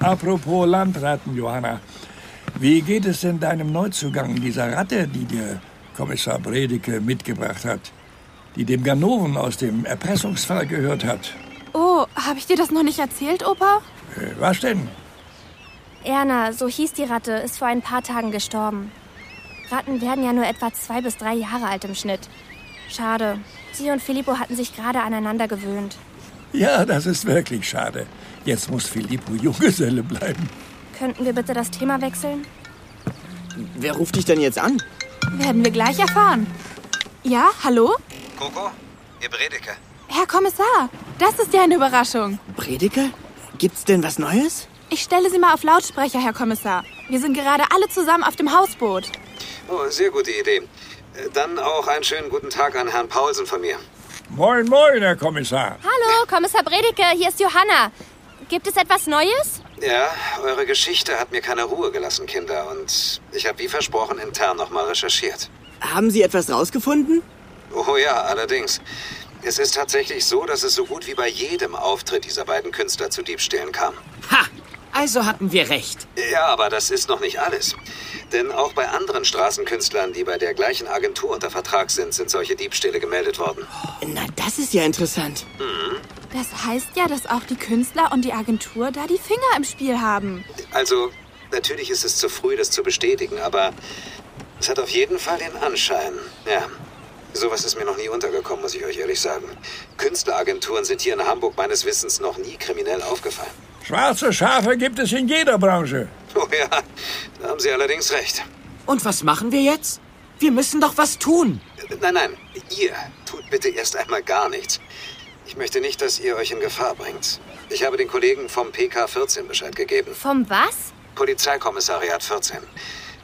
Apropos Landratten, Johanna. Wie geht es denn deinem Neuzugang, dieser Ratte, die dir Kommissar Bredeke mitgebracht hat? Die dem Ganoven aus dem Erpressungsfall gehört hat.
Oh, habe ich dir das noch nicht erzählt, Opa?
Äh, Was denn?
Erna, so hieß die Ratte, ist vor ein paar Tagen gestorben. Ratten werden ja nur etwa zwei bis drei Jahre alt im Schnitt. Schade. Sie und Filippo hatten sich gerade aneinander gewöhnt.
Ja, das ist wirklich schade. Jetzt muss Filippo Junggeselle bleiben.
Könnten wir bitte das Thema wechseln?
Wer ruft dich denn jetzt an?
Werden wir gleich erfahren. Ja, hallo?
Coco, ihr Bredeke.
Herr Kommissar, das ist ja eine Überraschung.
Prediger? Gibt's denn was Neues?
Ich stelle Sie mal auf Lautsprecher, Herr Kommissar. Wir sind gerade alle zusammen auf dem Hausboot.
Oh, sehr gute Idee. Äh, Dann auch einen schönen guten Tag an Herrn Paulsen von mir.
Moin, moin, Herr Kommissar.
Hallo, Kommissar Bredeke, hier ist Johanna. Gibt es etwas Neues?
Ja, eure Geschichte hat mir keine Ruhe gelassen, Kinder. Und ich habe wie versprochen intern nochmal recherchiert.
Haben Sie etwas rausgefunden?
Oh ja, allerdings. Es ist tatsächlich so, dass es so gut wie bei jedem Auftritt dieser beiden Künstler zu Diebstählen kam.
Ha! Also hatten wir recht.
Ja, aber das ist noch nicht alles. Denn auch bei anderen Straßenkünstlern, die bei der gleichen Agentur unter Vertrag sind, sind solche Diebstähle gemeldet worden. Hm.
Na, das ist ja interessant.
Das heißt ja, dass auch die Künstler und die Agentur da die Finger im Spiel haben.
Also, natürlich ist es zu früh, das zu bestätigen, aber es hat auf jeden Fall den Anschein. Ja. Sowas ist mir noch nie untergekommen, muss ich euch ehrlich sagen. Künstleragenturen sind hier in Hamburg meines Wissens noch nie kriminell aufgefallen. [laughs]
Schwarze Schafe gibt es in jeder Branche.
Oh ja, da haben Sie allerdings recht.
Und was machen wir jetzt? Wir müssen doch was tun.
Nein, nein, ihr tut bitte erst einmal gar nichts. Ich möchte nicht, dass ihr euch in Gefahr bringt. Ich habe den Kollegen vom PK14 Bescheid gegeben.
Vom was?
Polizeikommissariat 14.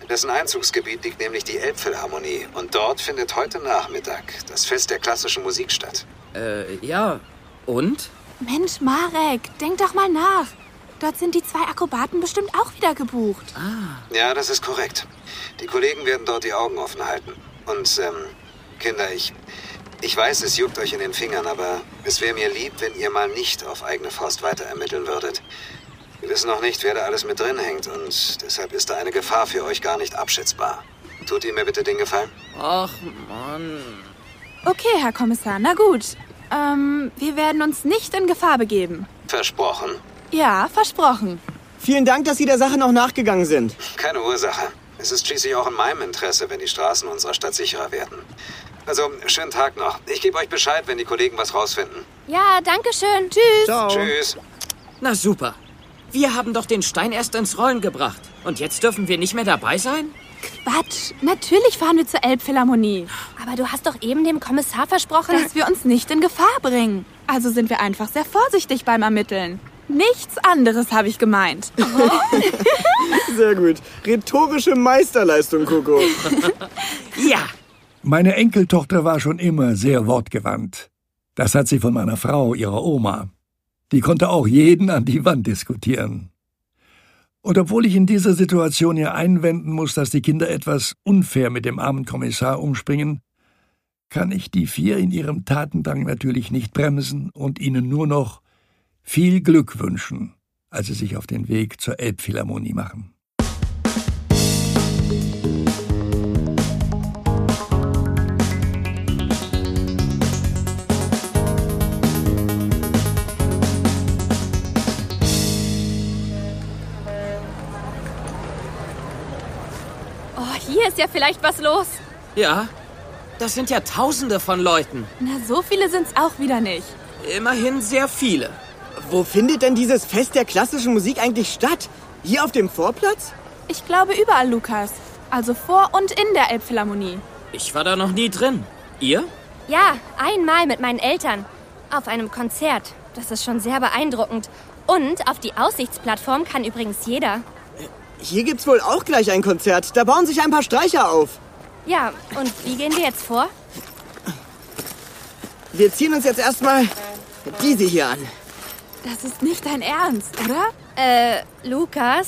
In dessen Einzugsgebiet liegt nämlich die Elbphilharmonie. Und dort findet heute Nachmittag das Fest der klassischen Musik statt.
Äh, ja. Und?
Mensch, Marek, denk doch mal nach. Dort sind die zwei Akrobaten bestimmt auch wieder gebucht. Ah.
Ja, das ist korrekt. Die Kollegen werden dort die Augen offen halten. Und, ähm, Kinder, ich. Ich weiß, es juckt euch in den Fingern, aber es wäre mir lieb, wenn ihr mal nicht auf eigene Faust weiter ermitteln würdet. Wir wissen noch nicht, wer da alles mit drin hängt und deshalb ist da eine Gefahr für euch gar nicht abschätzbar. Tut ihr mir bitte den Gefallen?
Ach, Mann.
Okay, Herr Kommissar, na gut. Ähm, wir werden uns nicht in Gefahr begeben.
Versprochen.
Ja, versprochen.
Vielen Dank, dass Sie der Sache noch nachgegangen sind.
Keine Ursache. Es ist schließlich auch in meinem Interesse, wenn die Straßen unserer Stadt sicherer werden. Also, schönen Tag noch. Ich gebe euch Bescheid, wenn die Kollegen was rausfinden.
Ja, danke schön. Tschüss.
Tschüss.
Na super. Wir haben doch den Stein erst ins Rollen gebracht. Und jetzt dürfen wir nicht mehr dabei sein?
Quatsch, natürlich fahren wir zur Elbphilharmonie.
Aber du hast doch eben dem Kommissar versprochen,
Dass wir uns nicht in Gefahr bringen. Also sind wir einfach sehr vorsichtig beim Ermitteln. Nichts anderes habe ich gemeint.
Sehr gut. Rhetorische Meisterleistung, Coco.
ja.
Meine Enkeltochter war schon immer sehr wortgewandt. Das hat sie von meiner Frau, ihrer Oma. Die konnte auch jeden an die Wand diskutieren. Und obwohl ich in dieser Situation ihr einwenden muss, dass die Kinder etwas unfair mit dem armen Kommissar umspringen, kann ich die vier in ihrem Tatendrang natürlich nicht bremsen und ihnen nur noch viel Glück wünschen, als sie sich auf den Weg zur Elbphilharmonie machen.
Oh, hier ist ja vielleicht was los.
Ja. Das sind ja Tausende von Leuten.
Na, so viele sind's auch wieder nicht.
Immerhin sehr viele.
Wo findet denn dieses Fest der klassischen Musik eigentlich statt? Hier auf dem Vorplatz?
Ich glaube überall, Lukas. Also vor und in der Elbphilharmonie.
Ich war da noch nie drin. Ihr?
Ja, einmal mit meinen Eltern. Auf einem Konzert. Das ist schon sehr beeindruckend. Und auf die Aussichtsplattform kann übrigens jeder.
Hier gibt's wohl auch gleich ein Konzert. Da bauen sich ein paar Streicher auf.
Ja, und wie gehen wir jetzt vor?
Wir ziehen uns jetzt erstmal diese hier an.
Das ist nicht dein Ernst, oder? Äh, Lukas,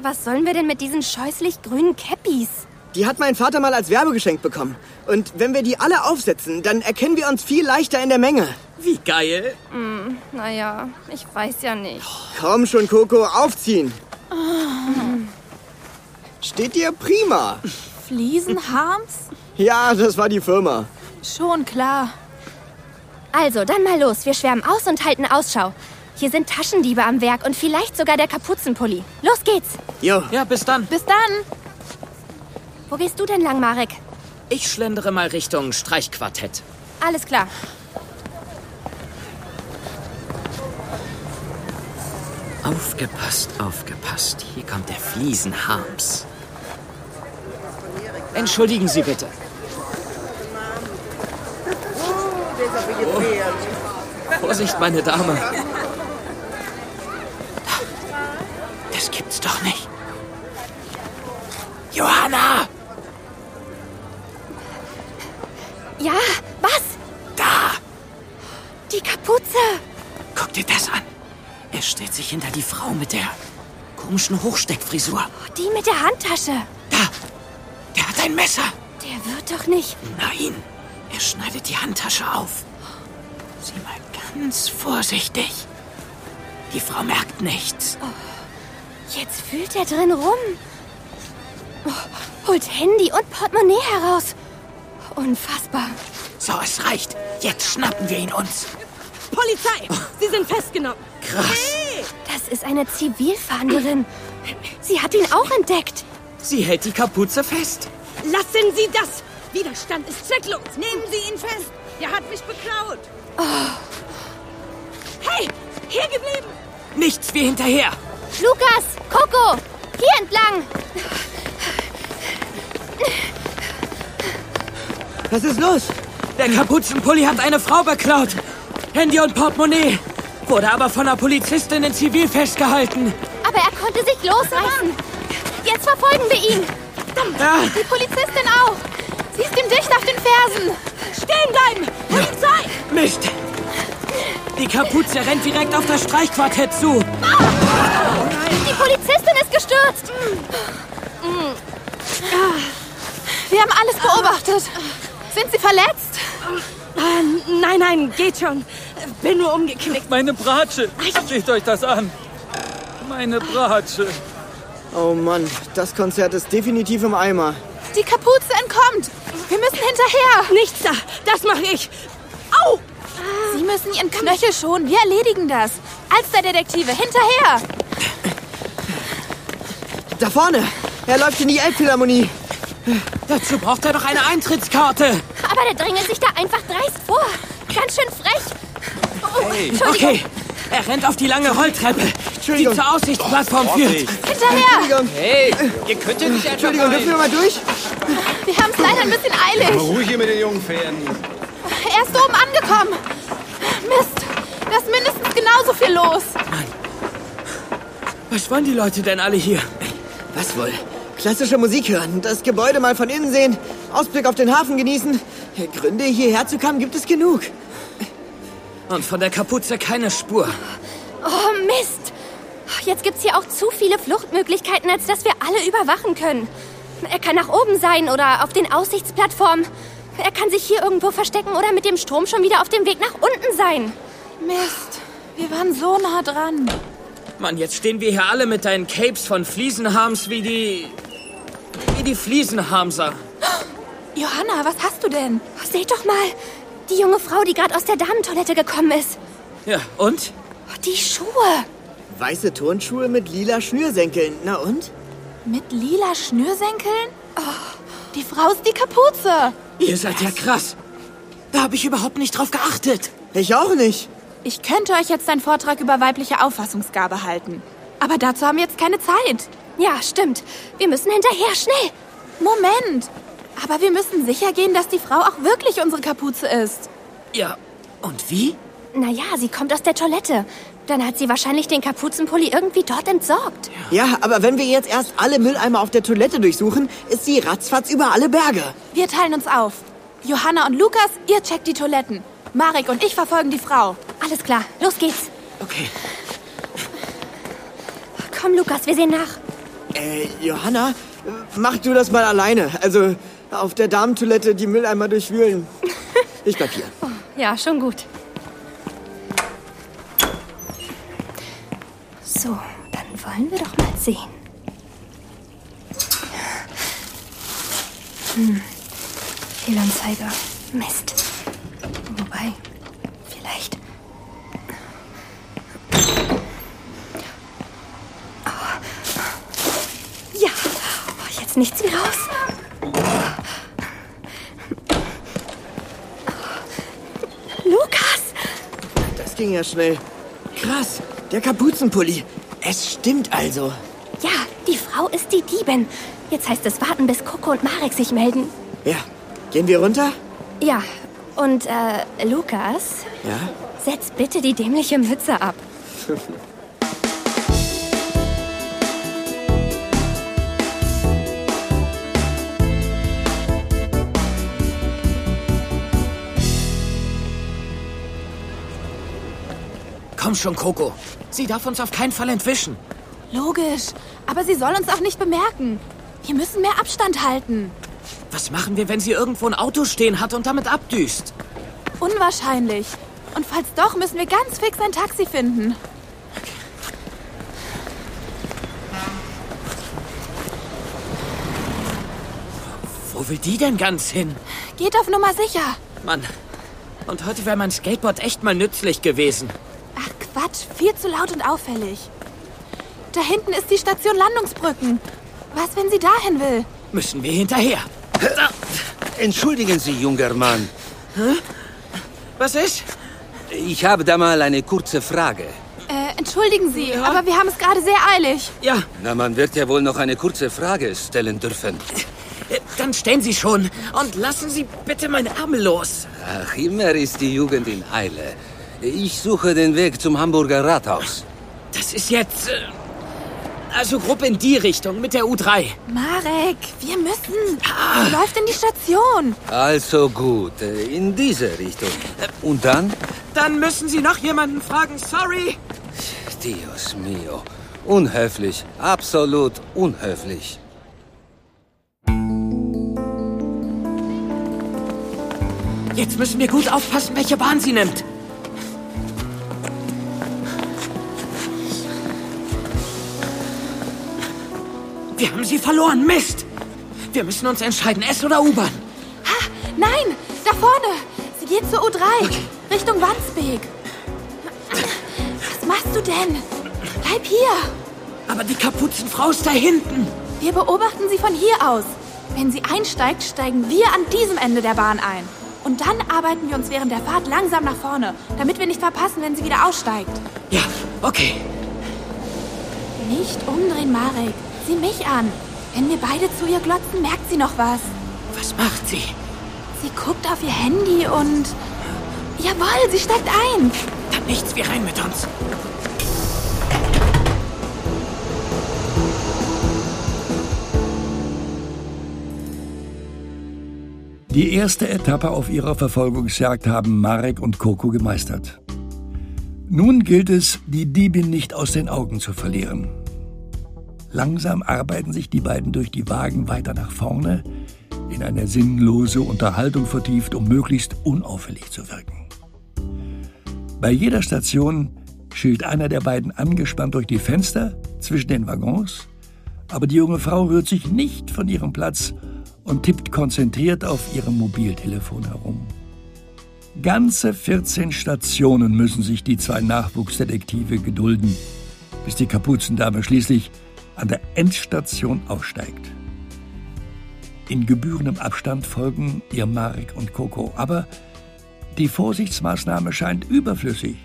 was sollen wir denn mit diesen scheußlich grünen Käppis?
Die hat mein Vater mal als Werbegeschenk bekommen. Und wenn wir die alle aufsetzen, dann erkennen wir uns viel leichter in der Menge.
Wie geil.
Hm, naja, ich weiß ja nicht.
Komm schon, Coco, aufziehen.
Oh.
Steht dir prima.
Fliesenharms?
Ja, das war die Firma.
Schon klar.
Also, dann mal los. Wir schwärmen aus und halten Ausschau. Hier sind Taschendiebe am Werk und vielleicht sogar der Kapuzenpulli. Los geht's.
Jo.
Ja, bis dann.
Bis dann.
Wo gehst du denn lang, Marek?
Ich schlendere mal Richtung Streichquartett.
Alles klar.
Aufgepasst, aufgepasst. Hier kommt der Fliesenharms. Entschuldigen Sie bitte.
Oh,
Vorsicht, meine Dame. Das gibt's doch nicht. Johanna!
Ja, was?
Da!
Die Kapuze.
Guck dir das an. Er stellt sich hinter die Frau mit der komischen Hochsteckfrisur.
Die mit der Handtasche.
Der hat ein Messer.
Der wird doch nicht.
Nein, er schneidet die Handtasche auf. Sieh mal ganz vorsichtig. Die Frau merkt nichts.
Jetzt fühlt er drin rum. Oh, holt Handy und Portemonnaie heraus. Unfassbar.
So, es reicht. Jetzt schnappen wir ihn uns.
Polizei! Sie sind festgenommen.
Krass.
Das ist eine Zivilfahnderin. Sie hat ihn auch entdeckt.
Sie hält die Kapuze fest.
Lassen Sie das! Widerstand ist zwecklos. Nehmen Sie ihn fest. Der hat mich beklaut.
Oh.
Hey, hier geblieben.
Nichts wie hinterher.
Lukas, Coco, hier entlang.
Was ist los?
Der Kapuzenpulli hat eine Frau beklaut. Handy und Portemonnaie. Wurde aber von einer Polizistin in Zivil festgehalten.
Aber er konnte sich losreißen. Jetzt verfolgen wir ihn. Verdammt,
Ah.
die Polizistin auch. Sie ist ihm dicht auf den Fersen. Stehen bleiben, Polizei!
Mist. Die Kapuze rennt direkt auf das Streichquartett zu.
Die Polizistin ist gestürzt. Mm.
Wir haben alles beobachtet. Sind Sie verletzt?
Ähm, nein, nein, geht schon. Bin nur umgeknickt.
Meine Bratsche. Seht euch das an. Meine Bratsche.
Oh Mann, das Konzert ist definitiv im Eimer.
Die Kapuze entkommt. Wir müssen hinterher.
Nichts da. Das mache ich. Au!
Sie müssen Ihren Knöchel schonen. Wir erledigen das. Als der Detektive. Hinterher.
Da vorne. Er läuft in die Elbphilharmonie.
Dazu braucht er doch eine Eintrittskarte.
Aber der drängelt sich da einfach dreist vor. Ganz schön frech. Oh, Entschuldigung.
Okay, er rennt auf die lange Rolltreppe, die
Entschuldigung.
zur Aussichtsplattform führt.
Hinterher.
Hey, ihr könntet nicht einfach
Entschuldigung, dürfen wir mal durch?
Wir haben es leider ein bisschen eilig.
Ruhig hier mit den jungen Pferden.
Er ist oben angekommen. Mist. Da ist mindestens genauso viel los.
Was wollen die Leute denn alle hier?
Was wohl? Klassische Musik hören, das Gebäude mal von innen sehen, Ausblick auf den Hafen genießen. Gründe, hierher zu kommen, gibt es genug.
Und von der Kapuze keine Spur.
Oh, Mist. Jetzt gibt's hier auch zu viele Fluchtmöglichkeiten, als dass wir alle überwachen können. Er kann nach oben sein oder auf den Aussichtsplattformen. Er kann sich hier irgendwo verstecken oder mit dem Strom schon wieder auf dem Weg nach unten sein.
Mist. Wir waren so nah dran.
Mann, jetzt stehen wir hier alle mit deinen Capes von Fliesenharms wie die... wie die Fliesenhamser.
Johanna, was hast du denn?
Seht doch mal. Die junge Frau, die gerade aus der Damentoilette gekommen ist.
Ja, und?
Die Schuhe.
Weiße Turnschuhe mit lila Schnürsenkeln. Na und?
Mit lila Schnürsenkeln? Oh, die Frau ist die Kapuze.
Ihr seid ja krass. Da habe ich überhaupt nicht drauf geachtet.
Ich auch nicht.
Ich könnte euch jetzt einen Vortrag über weibliche Auffassungsgabe halten. Aber dazu haben wir jetzt keine Zeit. Ja, stimmt. Wir müssen hinterher, schnell. Moment. Aber wir müssen sicher gehen, dass die Frau auch wirklich unsere Kapuze ist.
Ja, und wie?
Naja, sie kommt aus der Toilette. Dann hat sie wahrscheinlich den Kapuzenpulli irgendwie dort entsorgt.
Ja, aber wenn wir jetzt erst alle Mülleimer auf der Toilette durchsuchen, ist sie ratzfatz über alle Berge.
Wir teilen uns auf. Johanna und Lukas, ihr checkt die Toiletten. Marek und ich verfolgen die Frau.
Alles klar, los geht's.
Okay.
Komm, Lukas, wir sehen nach.
Äh, Johanna, äh, mach du das mal alleine. Also auf der Damentoilette die
[laughs]
Mülleimer durchwühlen. Ich bleib hier.
Ja, schon gut. So, dann wollen wir doch mal sehen. Hm. Fehlanzeiger. Mist. Wobei, vielleicht. Oh. Ah. Ja, oh, jetzt nichts wie raus. Lukas!
Das ging ja schnell. Krass, der Kapuzenpulli. Es stimmt also.
Ja, die Frau ist die Diebin. Jetzt heißt es warten, bis Coco und Marek sich melden.
Ja, gehen wir runter?
Ja, und äh, Lukas,
Ja.
setz bitte die dämliche Mütze ab.
Komm schon, Coco. Sie darf uns auf keinen Fall entwischen.
Logisch. Aber sie soll uns auch nicht bemerken. Wir müssen mehr Abstand halten.
Was machen wir, wenn sie irgendwo ein Auto stehen hat und damit abdüst?
Unwahrscheinlich. Und falls doch, müssen wir ganz fix ein Taxi finden.
Wo will die denn ganz hin?
Geht auf Nummer sicher.
Mann. Und heute wäre mein Skateboard echt mal nützlich gewesen.
Quatsch, viel zu laut und auffällig. Da hinten ist die Station Landungsbrücken. Was, wenn sie dahin will?
Müssen wir hinterher.
Entschuldigen Sie, junger Mann.
Was ist?
Ich habe da mal eine kurze Frage.
Äh, entschuldigen Sie, aber wir haben es gerade sehr eilig.
Ja.
Na, man wird ja wohl noch eine kurze Frage stellen dürfen.
Äh, Dann stellen Sie schon und lassen Sie bitte meine Arme los.
Ach, immer ist die Jugend in Eile. Ich suche den Weg zum Hamburger Rathaus.
Das ist jetzt. äh, Also grob in die Richtung mit der U3.
Marek, wir müssen.
Ah.
Sie läuft in die Station.
Also gut, in diese Richtung. Und dann?
Dann müssen Sie noch jemanden fragen. Sorry.
Dios mio. Unhöflich. Absolut unhöflich.
Jetzt müssen wir gut aufpassen, welche Bahn sie nimmt. Wir haben sie verloren. Mist. Wir müssen uns entscheiden, S oder U-Bahn.
Nein, da vorne. Sie geht zur U3, Richtung Wandsbek. Was machst du denn? Bleib hier.
Aber die Kapuzenfrau ist da hinten.
Wir beobachten sie von hier aus. Wenn sie einsteigt, steigen wir an diesem Ende der Bahn ein. Und dann arbeiten wir uns während der Fahrt langsam nach vorne, damit wir nicht verpassen, wenn sie wieder aussteigt.
Ja, okay.
Nicht umdrehen, Marek. Sieh mich an. Wenn wir beide zu ihr glotzen, merkt sie noch was.
Was macht sie?
Sie guckt auf ihr Handy und... Jawohl, sie steigt ein.
Dann nichts wie rein mit uns.
Die erste Etappe auf ihrer Verfolgungsjagd haben Marek und Coco gemeistert. Nun gilt es, die Diebin nicht aus den Augen zu verlieren. Langsam arbeiten sich die beiden durch die Wagen weiter nach vorne, in eine sinnlose Unterhaltung vertieft, um möglichst unauffällig zu wirken. Bei jeder Station schielt einer der beiden angespannt durch die Fenster zwischen den Waggons, aber die junge Frau rührt sich nicht von ihrem Platz und tippt konzentriert auf ihrem Mobiltelefon herum. Ganze 14 Stationen müssen sich die zwei Nachwuchsdetektive gedulden, bis die Kapuzendame schließlich an der Endstation aussteigt. In gebührendem Abstand folgen ihr Marek und Coco, aber die Vorsichtsmaßnahme scheint überflüssig,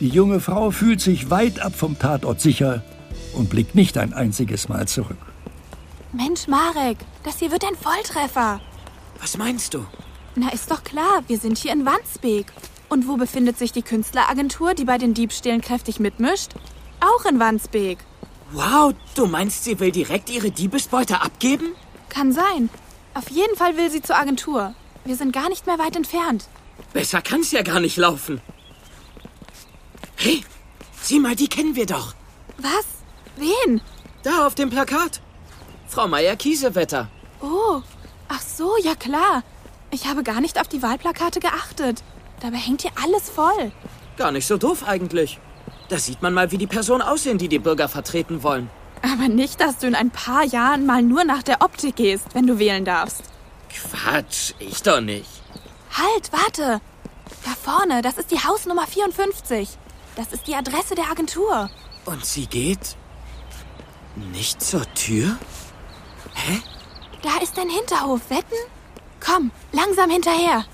Die junge Frau fühlt sich weit ab vom Tatort sicher und blickt nicht ein einziges Mal zurück.
Mensch, Marek, das hier wird ein Volltreffer.
Was meinst du?
Na, ist doch klar, wir sind hier in Wandsbek. Und wo befindet sich die Künstleragentur, die bei den Diebstählen kräftig mitmischt? Auch in Wandsbek.
Wow, du meinst, sie will direkt ihre Diebesbeute abgeben?
Kann sein. Auf jeden Fall will sie zur Agentur. Wir sind gar nicht mehr weit entfernt.
Besser kann's ja gar nicht laufen. Hey, sieh mal, die kennen wir doch.
Was? Wen?
Da auf dem Plakat. Frau Meier-Kiesewetter.
Oh, ach so, ja klar. Ich habe gar nicht auf die Wahlplakate geachtet. Dabei hängt hier alles voll.
Gar nicht so doof eigentlich. Da sieht man mal, wie die Personen aussehen, die die Bürger vertreten wollen.
Aber nicht, dass du in ein paar Jahren mal nur nach der Optik gehst, wenn du wählen darfst.
Quatsch, ich doch nicht.
Halt, warte. Da vorne, das ist die Hausnummer 54. Das ist die Adresse der Agentur.
Und sie geht? Nicht zur Tür? Hä?
Da ist dein Hinterhof, wetten? Komm, langsam hinterher.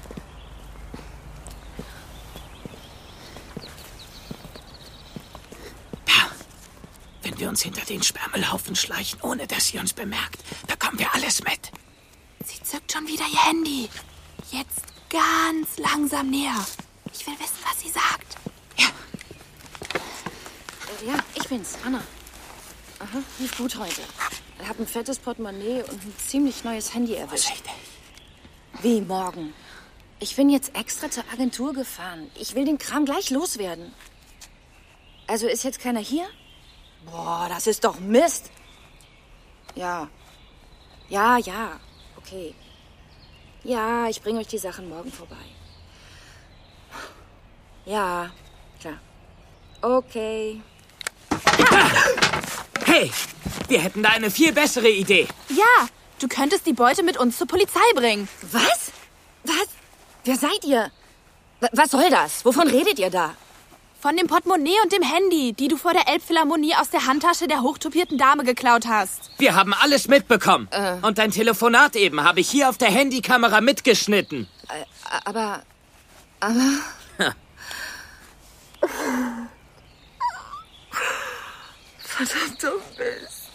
Wenn wir uns hinter den Spermelhaufen schleichen, ohne dass sie uns bemerkt, bekommen wir alles mit.
Sie zückt schon wieder ihr Handy. Jetzt ganz langsam näher. Ich will wissen, was sie sagt.
Äh, Ja, ich bin's, Anna. Aha, lief gut heute. Ich hab ein fettes Portemonnaie und ein ziemlich neues Handy erwischt. Wie morgen? Ich bin jetzt extra zur Agentur gefahren. Ich will den Kram gleich loswerden. Also ist jetzt keiner hier? Boah, das ist doch Mist. Ja. Ja, ja. Okay. Ja, ich bringe euch die Sachen morgen vorbei. Ja, klar. Okay.
Hey, wir hätten da eine viel bessere Idee.
Ja, du könntest die Beute mit uns zur Polizei bringen.
Was? Was? Wer seid ihr? Wa- Was soll das? Wovon redet ihr da?
Von dem Portemonnaie und dem Handy, die du vor der Elbphilharmonie aus der Handtasche der hochtopierten Dame geklaut hast.
Wir haben alles mitbekommen.
Äh.
Und dein Telefonat eben habe ich hier auf der Handykamera mitgeschnitten.
Äh, Aber. Aber.
Verdammter Mist.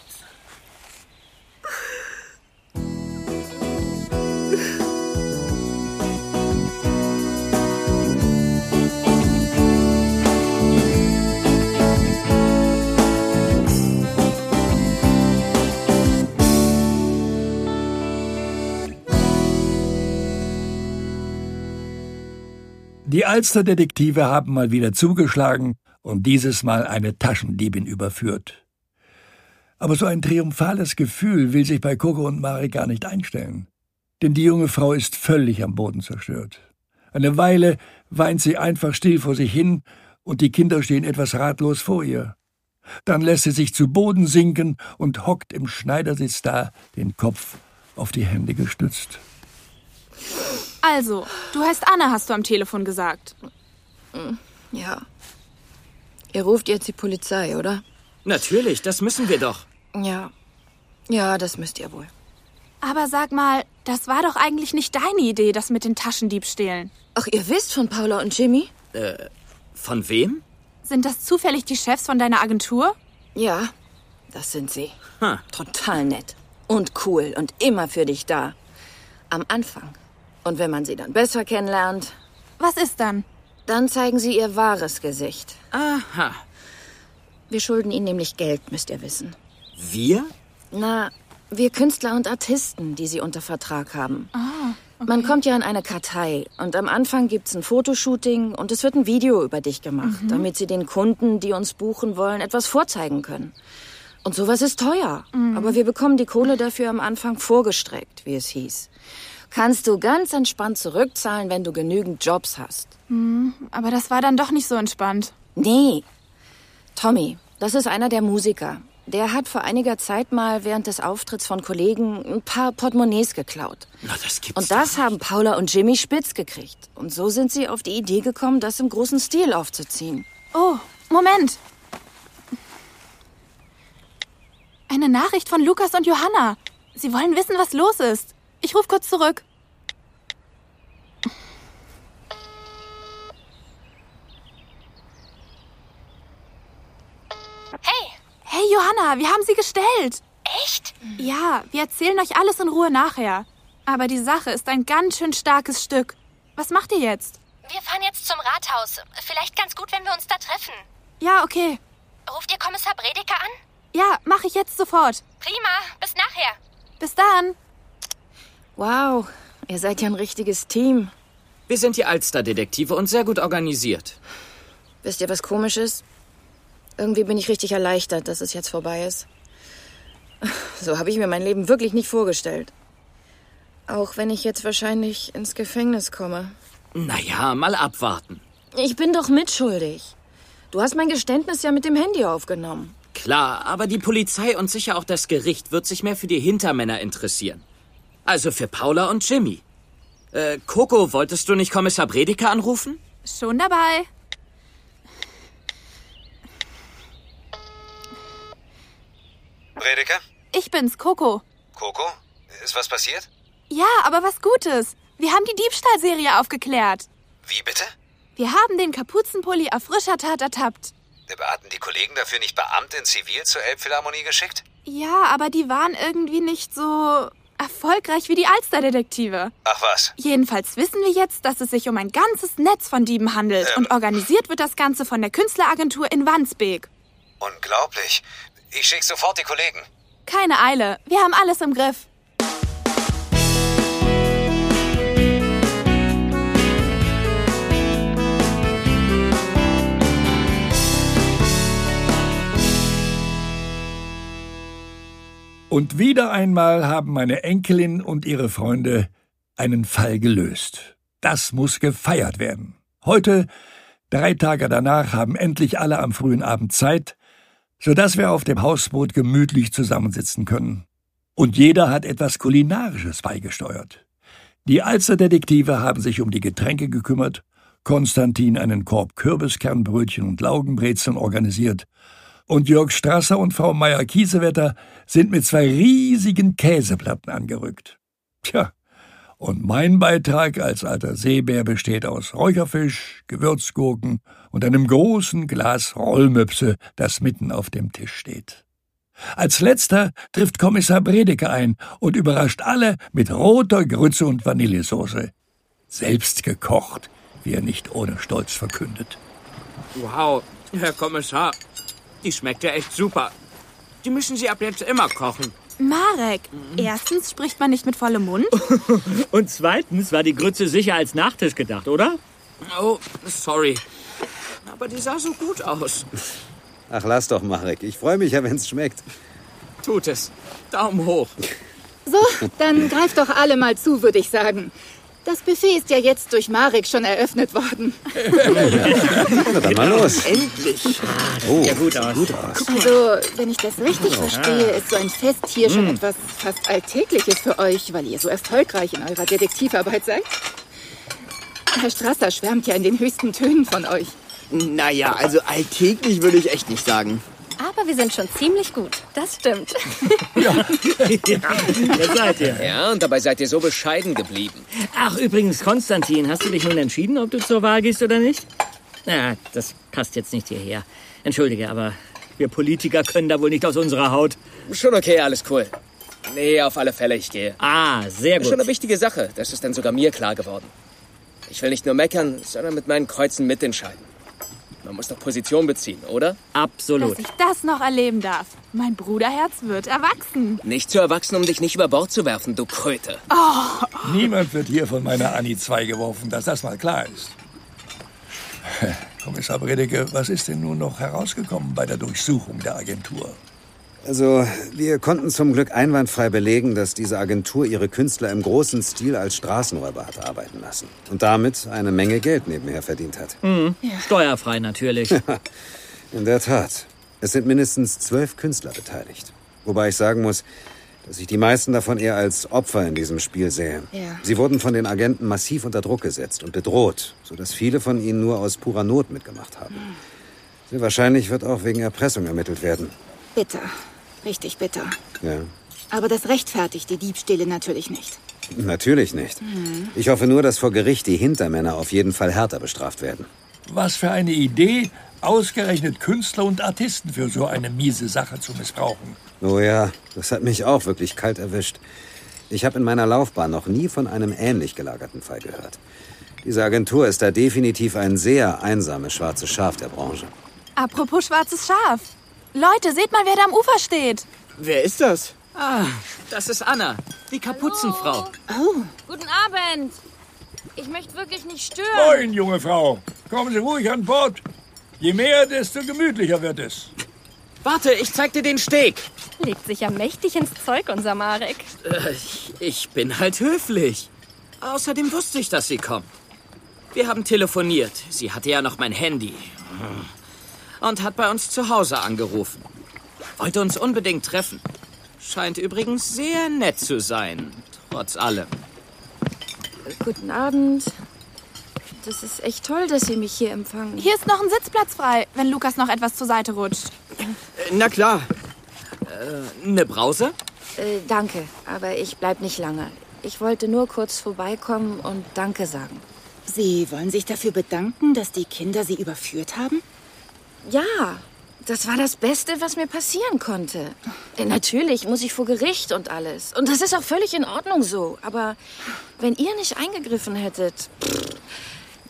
Die Alsterdetektive haben mal wieder zugeschlagen und dieses Mal eine Taschendiebin überführt. Aber so ein triumphales Gefühl will sich bei Coco und Mari gar nicht einstellen. Denn die junge Frau ist völlig am Boden zerstört. Eine Weile weint sie einfach still vor sich hin und die Kinder stehen etwas ratlos vor ihr. Dann lässt sie sich zu Boden sinken und hockt im Schneidersitz da, den Kopf auf die Hände gestützt.
Also, du heißt Anna, hast du am Telefon gesagt.
Hm, Ja. Ihr ruft jetzt die Polizei, oder?
Natürlich, das müssen wir doch.
Ja. Ja, das müsst ihr wohl.
Aber sag mal, das war doch eigentlich nicht deine Idee, das mit den Taschendiebstählen.
Ach, ihr wisst von Paula und Jimmy?
Äh, von wem?
Sind das zufällig die Chefs von deiner Agentur?
Ja, das sind sie.
Ha.
Total nett und cool und immer für dich da. Am Anfang. Und wenn man sie dann besser kennenlernt.
Was ist dann?
Dann zeigen sie ihr wahres Gesicht.
Aha.
Wir schulden ihnen nämlich Geld, müsst ihr wissen.
Wir?
Na, wir Künstler und Artisten, die sie unter Vertrag haben.
Ah,
Man kommt ja in eine Kartei und am Anfang gibt's ein Fotoshooting und es wird ein Video über dich gemacht,
Mhm.
damit sie den Kunden, die uns buchen wollen, etwas vorzeigen können. Und sowas ist teuer,
Mhm.
aber wir bekommen die Kohle dafür am Anfang vorgestreckt, wie es hieß. Kannst du ganz entspannt zurückzahlen, wenn du genügend Jobs hast.
Hm, aber das war dann doch nicht so entspannt.
Nee. Tommy, das ist einer der Musiker. Der hat vor einiger Zeit mal während des Auftritts von Kollegen ein paar Portemonnaies geklaut.
Na, das gibt's.
Und das haben Paula und Jimmy spitz gekriegt. Und so sind sie auf die Idee gekommen, das im großen Stil aufzuziehen.
Oh, Moment. Eine Nachricht von Lukas und Johanna. Sie wollen wissen, was los ist. Ich ruf kurz zurück. Hey! Hey, Johanna, wir haben sie gestellt. Echt? Ja, wir erzählen euch alles in Ruhe nachher. Aber die Sache ist ein ganz schön starkes Stück. Was macht ihr jetzt?
Wir fahren jetzt zum Rathaus. Vielleicht ganz gut, wenn wir uns da treffen.
Ja, okay.
Ruft ihr Kommissar Bredeker an?
Ja, mache ich jetzt sofort.
Prima, bis nachher.
Bis dann.
Wow, ihr seid ja ein richtiges Team.
Wir sind die Alster-Detektive und sehr gut organisiert.
Wisst ihr was komisches? Irgendwie bin ich richtig erleichtert, dass es jetzt vorbei ist. So habe ich mir mein Leben wirklich nicht vorgestellt. Auch wenn ich jetzt wahrscheinlich ins Gefängnis komme.
Naja, mal abwarten.
Ich bin doch mitschuldig. Du hast mein Geständnis ja mit dem Handy aufgenommen.
Klar, aber die Polizei und sicher auch das Gericht wird sich mehr für die Hintermänner interessieren. Also für Paula und Jimmy. Äh, Coco, wolltest du nicht Kommissar Bredeker anrufen?
Schon dabei.
Bredeker?
Ich bin's, Coco.
Coco? Ist was passiert?
Ja, aber was Gutes. Wir haben die Diebstahlserie aufgeklärt.
Wie bitte?
Wir haben den Kapuzenpulli auf frischer Tat ertappt.
Hatten die Kollegen dafür nicht Beamte in Zivil zur Elbphilharmonie geschickt?
Ja, aber die waren irgendwie nicht so erfolgreich wie die Alsterdetektive.
Ach was.
Jedenfalls wissen wir jetzt, dass es sich um ein ganzes Netz von Dieben handelt und organisiert wird das Ganze von der Künstleragentur in Wandsbek.
Unglaublich. Ich schicke sofort die Kollegen.
Keine Eile, wir haben alles im Griff.
Und wieder einmal haben meine Enkelin und ihre Freunde einen Fall gelöst. Das muss gefeiert werden. Heute, drei Tage danach, haben endlich alle am frühen Abend Zeit, sodass wir auf dem Hausboot gemütlich zusammensitzen können. Und jeder hat etwas Kulinarisches beigesteuert. Die Alsterdetektive haben sich um die Getränke gekümmert, Konstantin einen Korb Kürbiskernbrötchen und Laugenbrezeln organisiert und Jörg Strasser und Frau Meier-Kiesewetter sind mit zwei riesigen Käseplatten angerückt. Tja, und mein Beitrag als alter Seebär besteht aus Räucherfisch, Gewürzgurken und einem großen Glas Rollmöpse, das mitten auf dem Tisch steht. Als letzter trifft Kommissar Bredeke ein und überrascht alle mit roter Grütze und Vanillesoße. Selbst gekocht, wie er nicht ohne Stolz verkündet.
Wow, Herr Kommissar, die schmeckt ja echt super. Die müssen Sie ab jetzt immer kochen.
Marek, erstens spricht man nicht mit vollem Mund.
Und zweitens war die Grütze sicher als Nachtisch gedacht, oder?
Oh, sorry. Aber die sah so gut aus.
Ach, lass doch, Marek. Ich freue mich ja, wenn's schmeckt.
Tut es. Daumen hoch.
So, dann greift doch alle mal zu, würde ich sagen. Das Buffet ist ja jetzt durch Marek schon eröffnet worden.
Na dann mal los.
Endlich.
Oh,
Ja, gut aus.
Gut aus.
Also, wenn ich das richtig
Ja.
verstehe, ist so ein Fest hier schon
Mm.
etwas fast Alltägliches für euch, weil ihr so erfolgreich in eurer Detektivarbeit seid. Herr Strasser schwärmt ja in den höchsten Tönen von euch.
Naja, also alltäglich würde ich echt nicht sagen.
Aber wir sind schon ziemlich gut. Das stimmt.
Wer seid ihr?
Ja, und dabei seid ihr so bescheiden geblieben.
Ach, übrigens, Konstantin, hast du dich nun entschieden, ob du zur Wahl gehst oder nicht? Na, das passt jetzt nicht hierher. Entschuldige, aber wir Politiker können da wohl nicht aus unserer Haut.
Schon okay, alles cool. Nee, auf alle Fälle, ich gehe.
Ah, sehr
Das ist schon eine
gut.
wichtige Sache. Das ist dann sogar mir klar geworden. Ich will nicht nur meckern, sondern mit meinen Kreuzen mitentscheiden. Man muss doch Position beziehen, oder?
Absolut.
Dass ich das noch erleben darf. Mein Bruderherz wird erwachsen.
Nicht zu erwachsen, um dich nicht über Bord zu werfen, du Kröte.
Oh,
Niemand wird hier von meiner Annie 2 geworfen, dass das mal klar ist. [laughs] Kommissar Bredeke, was ist denn nun noch herausgekommen bei der Durchsuchung der Agentur?
Also, wir konnten zum Glück einwandfrei belegen, dass diese Agentur ihre Künstler im großen Stil als Straßenräuber hat arbeiten lassen. Und damit eine Menge Geld nebenher verdient hat.
Mhm.
[laughs]
Steuerfrei natürlich.
In der Tat. Es sind mindestens zwölf Künstler beteiligt. Wobei ich sagen muss, dass ich die meisten davon eher als Opfer in diesem Spiel sehe.
Ja.
Sie wurden von den Agenten massiv unter Druck gesetzt und bedroht, sodass viele von ihnen nur aus purer Not mitgemacht haben. Sehr wahrscheinlich wird auch wegen Erpressung ermittelt werden.
Bitter. Richtig bitter.
Ja,
Aber das rechtfertigt die Diebstähle natürlich nicht.
natürlich nicht. Ich hoffe nur, dass vor Gericht die Hintermänner auf jeden Fall härter bestraft werden.
Was für eine Idee, ausgerechnet Künstler und Artisten für so eine miese Sache zu missbrauchen.
Oh ja, das hat mich auch wirklich kalt erwischt. Ich habe in meiner Laufbahn noch nie von einem ähnlich gelagerten Fall gehört. Diese Agentur ist da definitiv ein sehr einsames schwarzes Schaf der Branche.
Apropos schwarzes Schaf. Leute, seht mal, wer da am Ufer steht.
Wer ist das?
Ah, das ist Anna, die Kapuzenfrau.
Oh.
Guten Abend. Ich möchte wirklich nicht stören.
Moin, junge Frau. Kommen Sie ruhig an Bord. Je mehr, desto gemütlicher wird es.
Warte, ich zeig dir den Steg.
Legt sich ja mächtig ins Zeug, unser Marek.
Äh, ich- Ich bin halt höflich. Außerdem wusste ich, dass sie kommt. Wir haben telefoniert. Sie hatte ja noch mein Handy. Und hat bei uns zu Hause angerufen. Wollte uns unbedingt treffen. Scheint übrigens sehr nett zu sein. Trotz allem.
Guten Abend. Das ist echt toll, dass Sie mich hier empfangen.
Hier ist noch ein Sitzplatz frei, wenn Lukas noch etwas zur Seite rutscht. [laughs]
Na klar.
Äh, ne Brause?
Äh, danke, aber ich bleib nicht lange. Ich wollte nur kurz vorbeikommen und Danke sagen.
Sie wollen sich dafür bedanken, dass die Kinder Sie überführt haben?
Ja, das war das Beste, was mir passieren konnte. Äh, natürlich muss ich vor Gericht und alles. Und das ist auch völlig in Ordnung so. Aber wenn ihr nicht eingegriffen hättet, pff,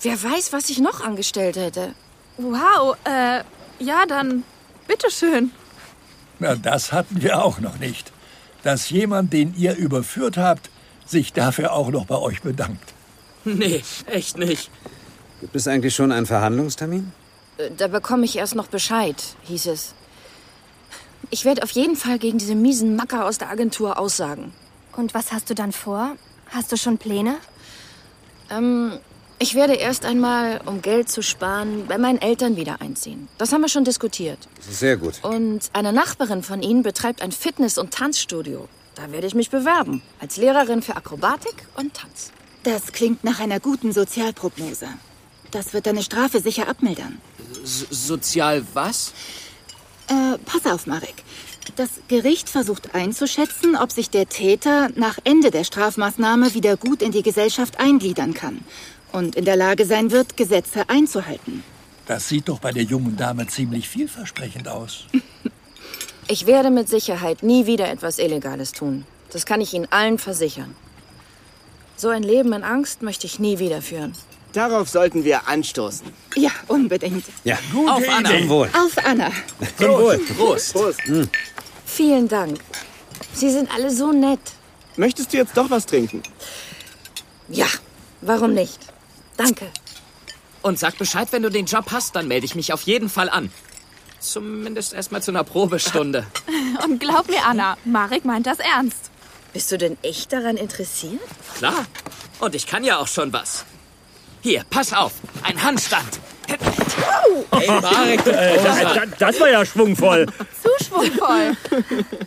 wer weiß, was ich noch angestellt hätte.
Wow, äh, ja, dann bitteschön.
Na, das hatten wir auch noch nicht. Dass jemand, den ihr überführt habt, sich dafür auch noch bei euch bedankt.
Nee, echt nicht.
Gibt es eigentlich schon einen Verhandlungstermin?
Äh, Da bekomme ich erst noch Bescheid, hieß es. Ich werde auf jeden Fall gegen diese miesen Macker aus der Agentur aussagen.
Und was hast du dann vor? Hast du schon Pläne?
Ähm, ich werde erst einmal, um Geld zu sparen, bei meinen Eltern wieder einziehen. Das haben wir schon diskutiert.
Sehr gut.
Und eine Nachbarin von ihnen betreibt ein Fitness- und Tanzstudio. Da werde ich mich bewerben. Als Lehrerin für Akrobatik und Tanz.
Das klingt nach einer guten Sozialprognose. Das wird deine Strafe sicher abmildern.
So sozial was?
Äh, pass auf, Marek. Das Gericht versucht einzuschätzen, ob sich der Täter nach Ende der Strafmaßnahme wieder gut in die Gesellschaft eingliedern kann und in der Lage sein wird, Gesetze einzuhalten.
Das sieht doch bei der jungen Dame ziemlich vielversprechend aus. [laughs]
Ich werde mit Sicherheit nie wieder etwas Illegales tun. Das kann ich Ihnen allen versichern. So ein Leben in Angst möchte ich nie wieder führen.
Darauf sollten wir anstoßen.
Ja, unbedingt.
Ja,
Gute Auf Anna. Idee. Zum Wohl.
Auf Anna.
Zum
Wohl.
Prost.
Hm.
Vielen Dank. Sie sind alle so nett.
Möchtest du jetzt doch was trinken?
Ja, warum nicht? Danke.
Und sag Bescheid, wenn du den Job hast, dann melde ich mich auf jeden Fall an. Zumindest erstmal zu
[laughs]
einer Probestunde.
Und glaub mir, Anna, Marek meint das ernst.
Bist du denn echt daran interessiert?
Klar. Und ich kann ja auch schon was. Hier, pass auf. Ein Handstand. Hey, Marek, du
Äh,
Großer.
das, das war ja schwungvoll.
Zuschwungvoll.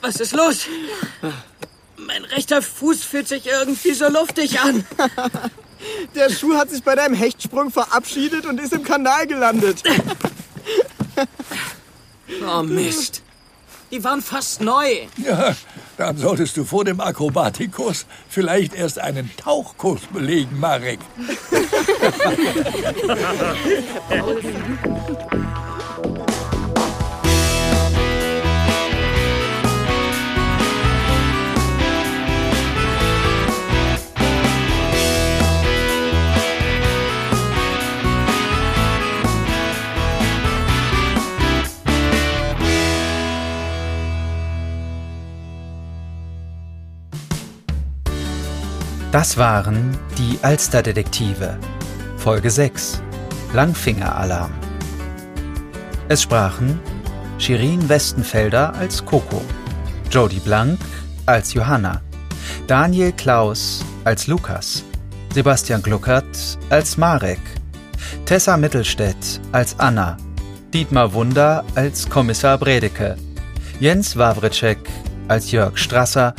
Was ist los? Mein rechter Fuß fühlt sich irgendwie so luftig an.
[laughs] Der Schuh hat sich bei deinem Hechtsprung verabschiedet und ist im Kanal gelandet.
[laughs] Oh Mist. Die waren fast neu.
Ja, dann solltest du vor dem Akrobatikkurs vielleicht erst einen Tauchkurs belegen, Marek.
Das waren die Alsterdetektive. Folge 6. Langfingeralarm. Es sprachen Shirin Westenfelder als Coco, Jodie Blank als Johanna, Daniel Klaus als Lukas, Sebastian Gluckert als Marek, Tessa Mittelstädt als Anna, Dietmar Wunder als Kommissar Bredeke, Jens Wawritschek als Jörg Strasser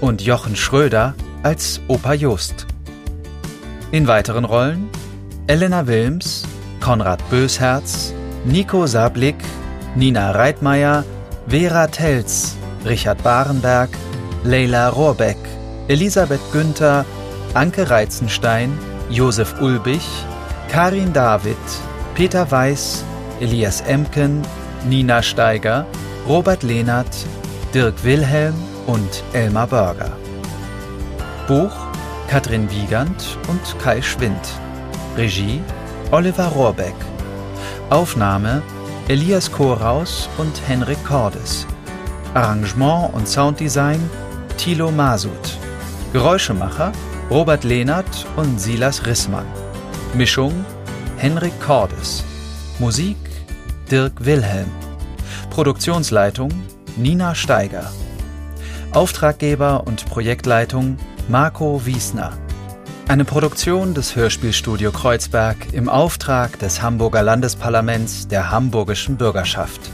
und Jochen Schröder als Opa Jost. In weiteren Rollen Elena Wilms, Konrad Bösherz, Nico Sablik, Nina Reitmeier, Vera Telz, Richard Barenberg, Leila Rohrbeck, Elisabeth Günther, Anke Reizenstein, Josef Ulbich, Karin David, Peter Weiß, Elias Emken, Nina Steiger, Robert Lehnert, Dirk Wilhelm und Elmar Börger. Buch Katrin Wiegand und Kai Schwind. Regie Oliver Rohrbeck. Aufnahme Elias Koraus und Henrik Cordes. Arrangement und Sounddesign Thilo Masud. Geräuschemacher Robert Lehnert und Silas Rissmann. Mischung Henrik Cordes. Musik Dirk Wilhelm. Produktionsleitung Nina Steiger. Auftraggeber und Projektleitung Marco Wiesner. Eine Produktion des Hörspielstudio Kreuzberg im Auftrag des Hamburger Landesparlaments der hamburgischen Bürgerschaft.